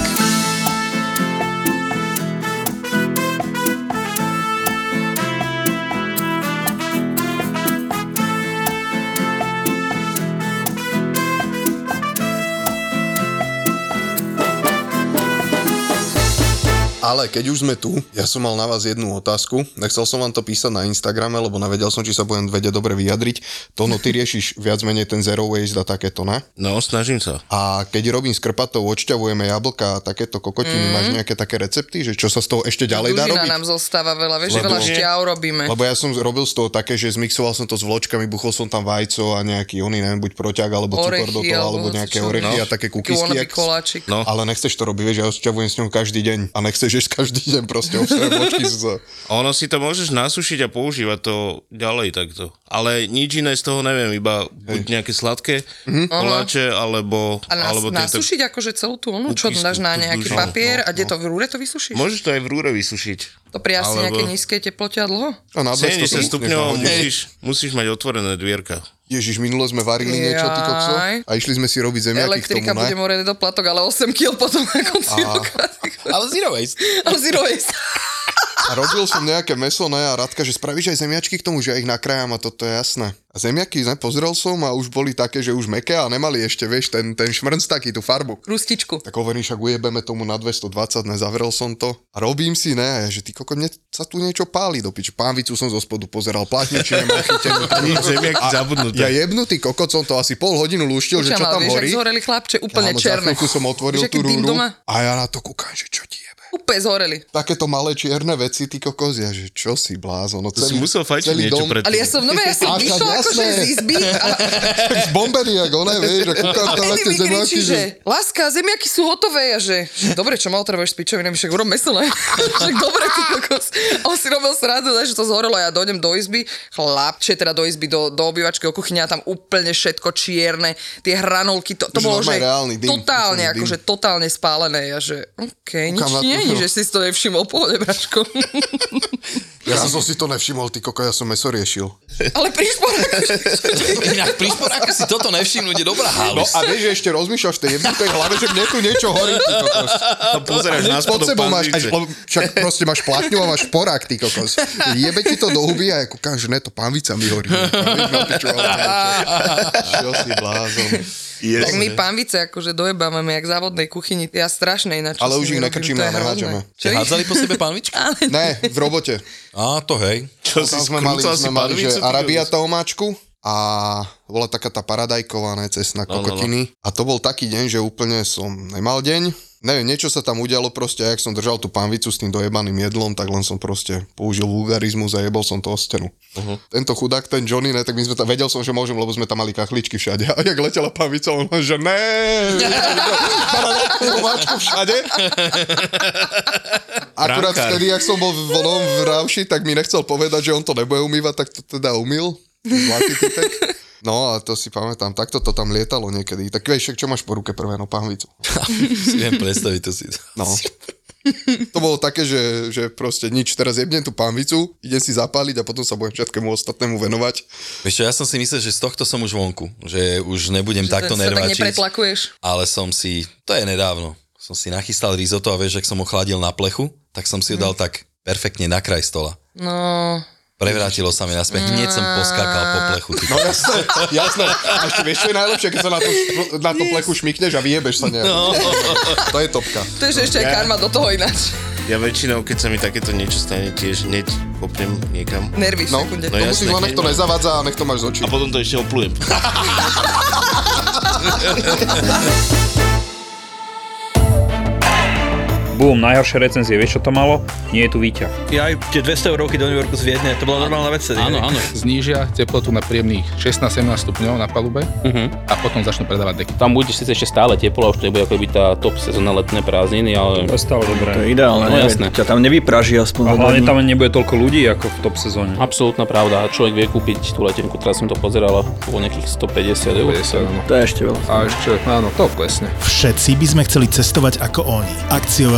Speaker 4: Ale keď už sme tu, ja som mal na vás jednu otázku. Nechcel som vám to písať na Instagrame, lebo nevedel som, či sa budem vedieť dobre vyjadriť. To no, ty riešiš viac menej ten zero waste a takéto, ne?
Speaker 7: No, snažím sa.
Speaker 4: A keď robím s krpatou, odšťavujeme jablka a takéto kokotiny, mm. máš nejaké také recepty, že čo sa z toho ešte ďalej dá
Speaker 6: Mhm. Dužina
Speaker 4: robiť?
Speaker 6: nám zostáva veľa, vieš, že
Speaker 4: Lebo-
Speaker 6: veľa šťav robíme.
Speaker 4: Lebo ja som robil z toho také, že zmixoval som to s vločkami, buchol som tam vajco a nejaký oný, neviem, buď proťak, alebo cukor do
Speaker 6: Orechy,
Speaker 4: toho,
Speaker 6: alebo
Speaker 4: alebo
Speaker 6: hoci
Speaker 4: nejaké
Speaker 6: čo.
Speaker 4: orechy
Speaker 6: No.
Speaker 4: a také
Speaker 6: Taký
Speaker 4: kukisky.
Speaker 6: wannabe
Speaker 4: jak-
Speaker 6: koláčik.
Speaker 7: No.
Speaker 4: Ale nechceš to robiť, vieš, ja odšťavujem s ňou každý deň a nechceš jesť každý deň proste obsahuje vločky z...
Speaker 7: Ono si to môžeš nasušiť a používať to ďalej takto. Ale nič iné z toho neviem, iba buď nejaké sladké koláče, alebo...
Speaker 6: A nas,
Speaker 7: alebo tieto-
Speaker 6: nasušiť akože celú tú onu, čo
Speaker 7: Kukisku,
Speaker 6: dáš na
Speaker 7: tú
Speaker 6: nejaký
Speaker 7: dužinu,
Speaker 6: papier
Speaker 7: no,
Speaker 6: a kde to v rúre to vysušíš?
Speaker 7: Môžeš to aj v rúre vysušiť.
Speaker 6: to pri asi
Speaker 7: alebo-
Speaker 6: nejaké nízkej teplote a dlho?
Speaker 4: A na 200
Speaker 7: 70
Speaker 4: stupňov
Speaker 7: stupňov
Speaker 4: na hodinu.
Speaker 7: musíš, musíš mať otvorené dvierka.
Speaker 4: Ježiš, minule sme varili niečo, ty kokso,
Speaker 6: Jaj.
Speaker 4: a išli sme si robiť zemiaky k
Speaker 6: Elektrika
Speaker 4: tomu,
Speaker 6: bude
Speaker 4: ne?
Speaker 6: morený doplatok, ale 8 kg potom na konci
Speaker 4: Aha.
Speaker 6: roka.
Speaker 5: Ale zero waste.
Speaker 6: Ale zero waste.
Speaker 4: A robil som nejaké meso, ne, a Radka, že spravíš aj zemiačky k tomu, že ja ich nakrájam a toto je jasné. A zemiaky, ne, pozrel som a už boli také, že už meké a nemali ešte, vieš, ten, ten šmrnc taký, tú farbu.
Speaker 6: Rustičku.
Speaker 4: Tak hovorím, však ujebeme tomu na 220, nezavrel som to. A robím si, ne, že ty koko, mne sa tu niečo páli do piče. Pánvicu som zo spodu pozeral, platniči nemám chytenú.
Speaker 7: Nič zemiaky zabudnuté.
Speaker 4: Ja jebnutý kokot som to asi pol hodinu lúštil, že čo
Speaker 6: Čamal,
Speaker 4: tam
Speaker 6: vieš, ak
Speaker 4: horí.
Speaker 6: zhoreli chlapče, úplne
Speaker 4: Áno, Za
Speaker 6: černé.
Speaker 4: chvíľku som otvoril
Speaker 6: Vieš, aký
Speaker 4: tú
Speaker 6: dym
Speaker 4: rúru
Speaker 6: doma?
Speaker 4: a ja na to kúkam, že čo ti jebe.
Speaker 6: Úplne zhoreli.
Speaker 4: Takéto malé čierne veci, ty kokos, ja, že čo si blázon. No,
Speaker 7: To si musel fajčiť niečo pred
Speaker 6: Ale ja som, no ja
Speaker 4: Až
Speaker 6: som
Speaker 4: tak
Speaker 6: vyšla akože
Speaker 4: jasné.
Speaker 6: z izby a,
Speaker 4: Zbombený, Eh, jak one, vieš, a kúkam
Speaker 6: a
Speaker 4: tam na
Speaker 6: Penny
Speaker 4: tie
Speaker 6: mi
Speaker 4: zemiaky,
Speaker 6: kričí,
Speaker 4: že...
Speaker 6: že láska, zemiaky sú hotové a že, že dobre, čo ma otravuješ s pičovinami, však urobme meso, ne? Však dobre, ty kokos. A On si robil srandu, ne, že to zhorelo a ja dojdem do izby, chlapče, teda do izby, do, do obývačky, do kuchyne a tam úplne všetko čierne, tie hranolky, to,
Speaker 4: Už
Speaker 6: to bolo, že
Speaker 4: normálne reálny dym,
Speaker 6: totálne,
Speaker 4: úplne dym.
Speaker 6: akože totálne spálené a že okej, nič
Speaker 4: Kúkam na
Speaker 6: nie
Speaker 4: kuchyňu.
Speaker 6: je, že si si to nevšimol, pohode, bračko.
Speaker 4: Ja som si to nevšimol, ty koko, ja som meso riešil.
Speaker 6: Ale prišpor, akože,
Speaker 5: Inak pri sporáku si toto nevšimnúť je dobrá
Speaker 4: No
Speaker 5: halus.
Speaker 4: a vieš, že ešte rozmýšľaš v tej jebnutej hlave, že mne tu niečo horí, ty kokos.
Speaker 7: A pozeráš na
Speaker 4: Pod
Speaker 7: spodok
Speaker 4: sebou máš, až,
Speaker 7: panvice.
Speaker 4: lebo však proste máš platňu a máš porák, ty kokos. Jebe ti to do huby a ja kúkam, že ne, to pánvica mi horí. Pánvica na piču, ale čo- Čo si blázon.
Speaker 7: Yes.
Speaker 6: tak my pánvice akože dojebávame, jak v závodnej kuchyni, ja strašné ináč. čo
Speaker 4: Ale
Speaker 6: s
Speaker 4: už ich
Speaker 6: nimi robím,
Speaker 4: nekrčíme
Speaker 6: to je
Speaker 4: a nehádzame.
Speaker 6: hrozné.
Speaker 5: Čiže hádzali po sebe pánvičky?
Speaker 4: Ne, v robote.
Speaker 5: Á, to hej.
Speaker 7: Čo si
Speaker 4: Tam sme mali,
Speaker 7: skrúcal si
Speaker 4: sme mali že
Speaker 7: panvicu, ty kokos?
Speaker 4: arabiata omáčku a bola taká tá paradajková ne, cesna kokotiny. No, no, no. A to bol taký deň, že úplne som nemal deň. Neviem, niečo sa tam udialo proste, a jak som držal tú panvicu s tým dojebaným jedlom, tak len som proste použil vulgarizmus a jebol som to o stenu. Uh-huh. Tento chudák, ten Johnny, ne, tak my sme tam, vedel som, že môžem, lebo sme tam mali kachličky všade. A jak letela panvica, on len, že ne, Bananákovú mačku všade. Akurát
Speaker 7: Brankár.
Speaker 4: vtedy, jak som bol v, onom v Rauši, tak mi nechcel povedať, že on to nebude umývať, tak to teda umýl. Zlatý typek. No a to si pamätám, takto to tam lietalo niekedy. Tak vieš, však čo máš po ruke prvé, no pahvicu.
Speaker 5: si viem predstaviť to si.
Speaker 4: No. To bolo také, že, že proste nič, teraz jebnem tú pánvicu, idem si zapáliť a potom sa budem všetkému ostatnému venovať.
Speaker 5: Vieš čo, ja som si myslel, že z tohto som už vonku, že už nebudem že takto
Speaker 6: sa tak
Speaker 5: nervačiť.
Speaker 6: nepretlakuješ.
Speaker 5: ale som si, to je nedávno, som si nachystal risotto a vieš, ak som ho chladil na plechu, tak som si ho dal tak perfektne na kraj stola.
Speaker 6: No,
Speaker 5: Prevrátilo sa mi naspäť, hneď som poskakal po plechu. Ty.
Speaker 4: No jasné, jasné. A ešte vieš, čo je najlepšie, keď sa na to, na to plechu šmikneš a vyjebeš sa nejak. No. To je topka.
Speaker 6: to je, že ešte aj karma do toho ináč.
Speaker 7: Ja väčšinou, keď sa mi takéto niečo stane, tiež hneď kopnem niekam.
Speaker 6: Nervy v
Speaker 4: No,
Speaker 6: sekunde.
Speaker 4: to musíš
Speaker 7: jasné,
Speaker 4: len, nech to
Speaker 7: keď-
Speaker 4: nezavádza a nech to máš z očí.
Speaker 7: A potom to ešte oplujem.
Speaker 9: Bum, najhoršie recenzie, vieš čo to malo? Nie je tu výťah.
Speaker 2: Ja aj tie 200 eurovky do New Yorku z Viedne, to bola normálna vec.
Speaker 10: Áno, áno. Znížia teplotu na príjemných 16-17 stupňov na palube a potom začnú predávať deky.
Speaker 11: Tam bude síce ešte stále teplo, a už to nebude ako by tá top sezóna letné prázdniny, ale
Speaker 9: To je stále
Speaker 12: To
Speaker 9: dobré.
Speaker 12: je ideálne,
Speaker 11: No
Speaker 12: neviem,
Speaker 11: jasné.
Speaker 12: ťa tam nevypraží aspoň.
Speaker 9: A
Speaker 12: za dva
Speaker 9: hlavne
Speaker 12: dní.
Speaker 9: tam nebude toľko ľudí ako v top sezóne.
Speaker 11: absolútna pravda. Človek vie kúpiť tú letenku, teraz som to pozeral, po nejakých 150 eur.
Speaker 10: 50, áno.
Speaker 12: To je ešte veľa.
Speaker 10: A ešte, áno, to klesne.
Speaker 1: Všetci by sme chceli cestovať ako oni. Akciové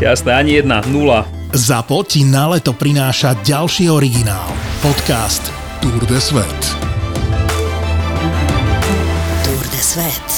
Speaker 9: jasné, ani jedna, nula.
Speaker 1: Zapo ti na leto prináša ďalší originál. Podcast Tour de Svet.
Speaker 13: Tour de Svet.